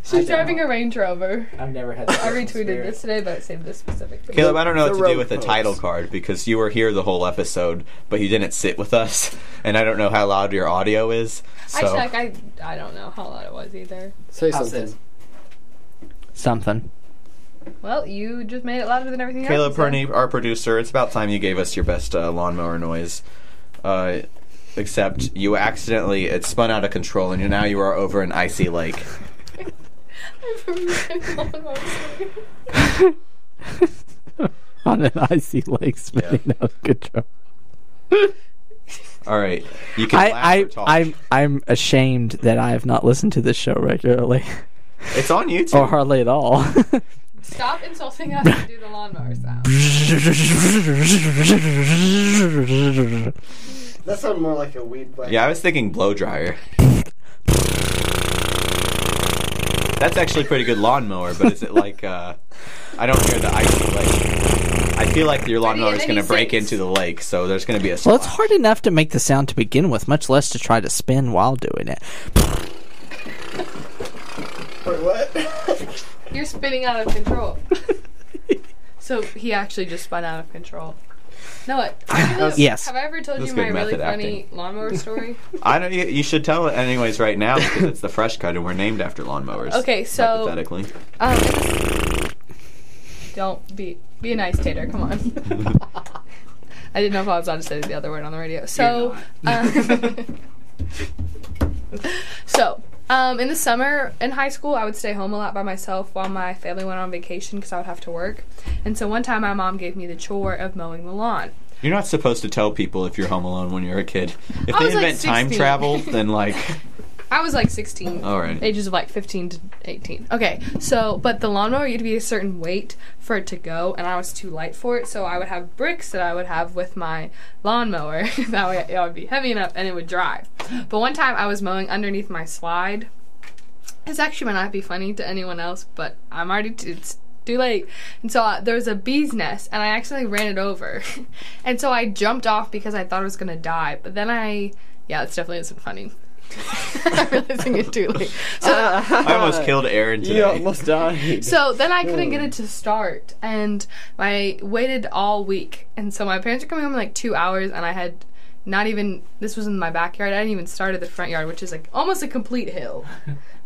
She's driving a Range Rover.
I've never had. that
I
person's
retweeted
spirit.
this today, but I saved this specific picture.
Caleb, I don't know
The
what to do
rogue
with the
pose.
title card because you were here the whole episode, but you didn't sit with us, and I don't know how loud your audio is. So
Actually, like, I I don't know how loud it was either.
say
How's
something.
this? Something.
Well, you just made it louder than everything
Caleb
else. so-
Perney, our producer, it's about time you gave us your best uh, lawnmower noise. Uh, except you accidentally it spun out of control, and you now you are over an icy lake.
on an icy lake spinning
Yeah.
out of control.
All right, you can. laugh
I,
or talk.
I, I'm, I'm ashamed that I have not listened to this show regularly,
It's on YouTube.
or hardly at all.
Stop insulting us and do the lawnmower sound.
That sounded more like a weed. Like
Yeah, I was thinking blow dryer. That's actually a pretty good lawnmower, but is it like uh I don't hear the icy lake. I feel like your lawnmower is
and
going to
any
break
sense.
into the lake, so there's going to be a
well, it's
splash.
hard enough to make the sound to begin with, much less to try to spin while doing it.
You're spinning out of control. so he actually just spun out of control. No, what?
yes.
Have I ever told
That's
you
good
my really
method
funny lawnmower story?
I don't you, you should tell it anyways right now because it's the fresh cut and we're named after lawnmowers.
Okay, so-
hypothetically.
um, don't be be a nice tater. Come on. I didn't know if I was allowed to say the other word on the radio. So, um, so um, in the summer in high school, I would stay home a lot by myself while my family went on vacation because I would have to work. And so one time, my mom gave me the chore of mowing the lawn.
You're not supposed to tell people if you're home alone when you're a kid. If
I
they
was, like,
invent time
16.
travel, then like,
I was like 16.
all right.
Ages of like 15 to 18. Okay, so, but the lawnmower, you had to be a certain weight for it to go, and I was too light for it, so I would have bricks that I would have with my lawnmower. that way it would be heavy enough and it would drive. But one time I was mowing underneath my slide. This actually might not be funny to anyone else, but I'm already, t- it's too late. And so uh, there was a bee's nest, and I accidentally ran it over. and so I jumped off because I thought I was gonna die, but then I, yeah, this definitely isn't funny. I'm realizing it too late. So,
I almost killed Aaron today.
You almost died.
so then I couldn't get it to start, and I waited all week. And so my parents were coming home in like two hours, and I had not even this was in my backyard. I didn't even start at the front yard, which is like almost a complete hill.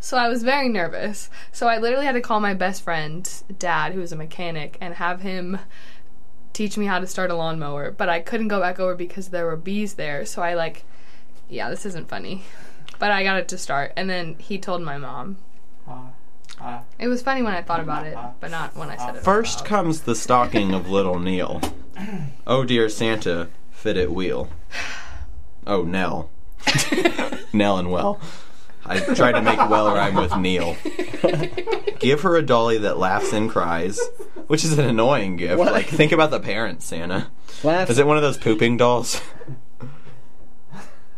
So I was very nervous. So I literally had to call my best friend's dad, who was a mechanic, and have him teach me how to start a lawnmower. But I couldn't go back over because there were bees there. So I like, yeah, this isn't funny. But I got it to start, and then he told my mom.
Ah, ah.
It was funny when I thought about it, but not when I said it. out
First
loud.
comes the stocking of little Neil. Oh dear Santa, fit it wheel. Oh Nell. Nell and Well. I tried to make Well rhyme with Neil. Give her a dolly that laughs and cries, which is an annoying gift.
What?
Like think about the parents, Santa.
Laugh.
Is it one of those pooping dolls?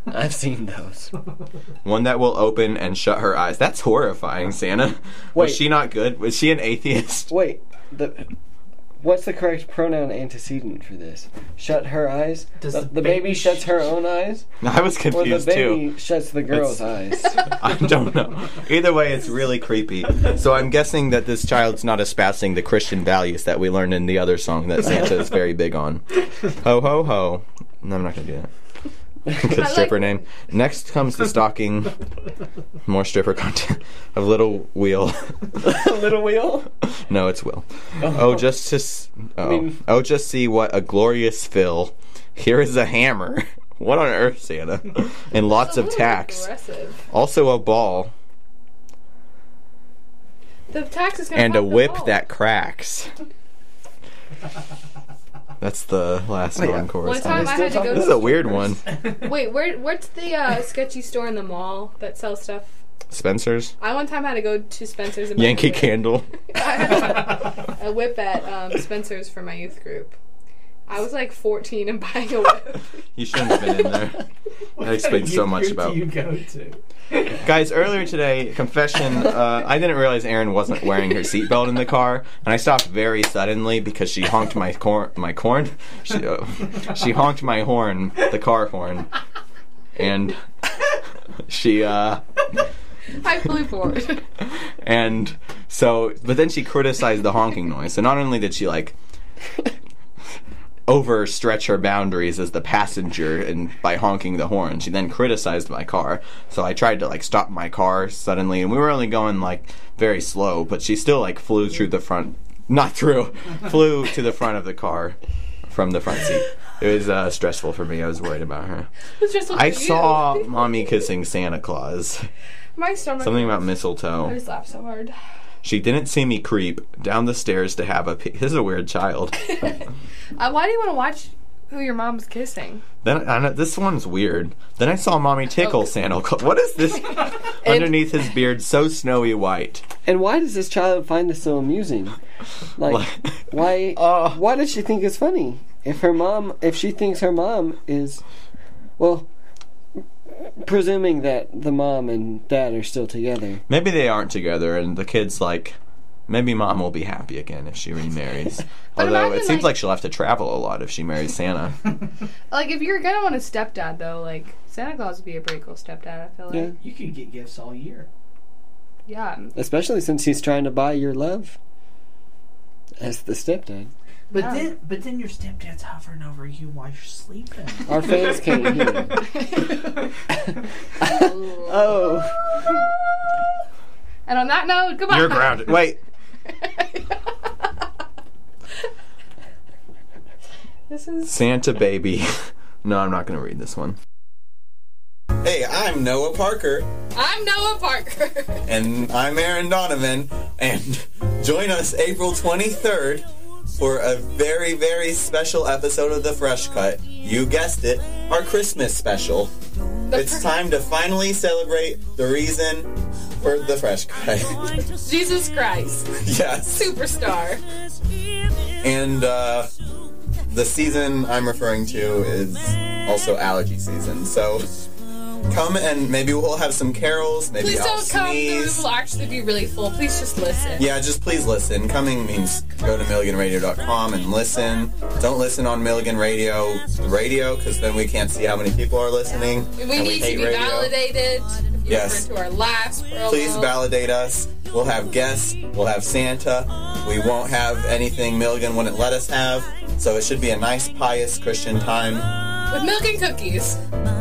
I've seen those.
One that will open and shut her eyes. That's horrifying, Santa.
Wait.
Was she not good? Was she an atheist?
Wait, the what's the correct pronoun antecedent for this? Shut her eyes.
Does
the,
the
the baby
baby sh-
shuts her own eyes,
I was
or the
confused too.
baby shuts the girl's eyes?
I don't know. Either way, it's really creepy. So I'm guessing that this child's not espousing the Christian values that we learned in the other song that Santa is very big on. Ho ho ho. No, I'm not gonna do that. Good
like-
stripper name. Next comes the stocking. More stripper content of little wheel.
Little wheel.
no, it's will. Oh, just to. S- oh.
mean-
oh, just see what a glorious fill. Here is a hammer. What on earth, Santa? And lots
It's a
of
little
tacks.
aggressive.
Also a ball.
The tax is gonna
and a
pop the
whip
ball.
that cracks. That's the last
Wait,
encore.
One time I
still
had to
talking-
go.
this is
to-
a weird one.
Wait, where? What's the uh, sketchy store in the mall that sells stuff?
Spencer's
I one time had to go to Spencer's. And buy a
Yankee
whip.
Candle.
I had a whip at um, Spencer's for my youth group. I was like 14 and buying a whip.
You shouldn't have been in there,
What
That explains
kind of
so
youth
much
group
about-
Do you go to?
guys. Earlier today, confession. Uh, I didn't realize Erin wasn't wearing her seatbelt in the car, and I stopped very suddenly because she honked my corn. My corn. She, uh, she honked my horn, the car horn, and she. Uh,
I flew forward.
And so, but then she criticized the honking noise. So not only did she like overstretch her boundaries as the passenger and by honking the horn, she then criticized my car. So I tried to like stop my car suddenly, and we were only going like very slow, but she still like flew through the front, not through, flew to the front of the car from the front seat. It was uh, stressful for me. I was worried about her.
It's just like
I
you.
saw mommy kissing Santa Claus.
my stomach.
Something about mistletoe.
I just laughed so hard.
She didn't see me creep down the stairs to have a pee. This is a weird child.
Uh, why do you want to watch who your mom's kissing?
then I know, this one's weird. Then I saw mommy tickle Santa Claus. What is this underneath his beard, so snowy white?
And why does this child find this so amusing? Like, why?
Oh.
why does she think it's funny? If her mom, if she thinks her mom is, well, presuming that the mom and dad are still together.
Maybe they aren't together, and the kid's like, maybe mom will be happy again if she remarries.
But
Although it
imagine,
seems
like-
like she'll have to travel a lot if she marries Santa.
Like, if you're gonna want a stepdad, though, like Santa Claus would be a pretty cool stepdad. I feel like.
Yeah.
You could get gifts all year.
Yeah,
Especially since he's trying to buy your love as the stepdad.
But
Yeah.
then, but then your stepdad's hovering over you while you're sleeping.
Our fans can't hear. Oh.
And on that note, goodbye.
You're grounded. Wait,
This is
Santa baby. no, I'm not going to read this one. Hey, I'm Noah Parker.
I'm Noah Parker.
and I'm Aaron Donovan, and join us April 23rd for a very, very special episode of The Fresh Cut. You guessed it, our Christmas special. It's time to finally celebrate the reason for The Fresh Cut.
Jesus Christ,
yes.
superstar.
And uh, the season I'm referring to is also allergy season. So come and maybe we'll have some carols. Maybe
Please
I'll
don't come. The room
sneeze.
will actually be really full. Please just listen.
Yeah, just please listen. Coming means go to MilliganRadio.com and listen. Don't listen on Milligan Radio radio because then we can't see how many people are listening.
We
and
need to
hate
be
radio.
validated. You
Yes.
referred to our last promo.
Please validate us. We'll have guests. We'll have Santa. We won't have anything Milligan wouldn't let us have. So it should be a nice, pious Christian time.
with milk and cookies.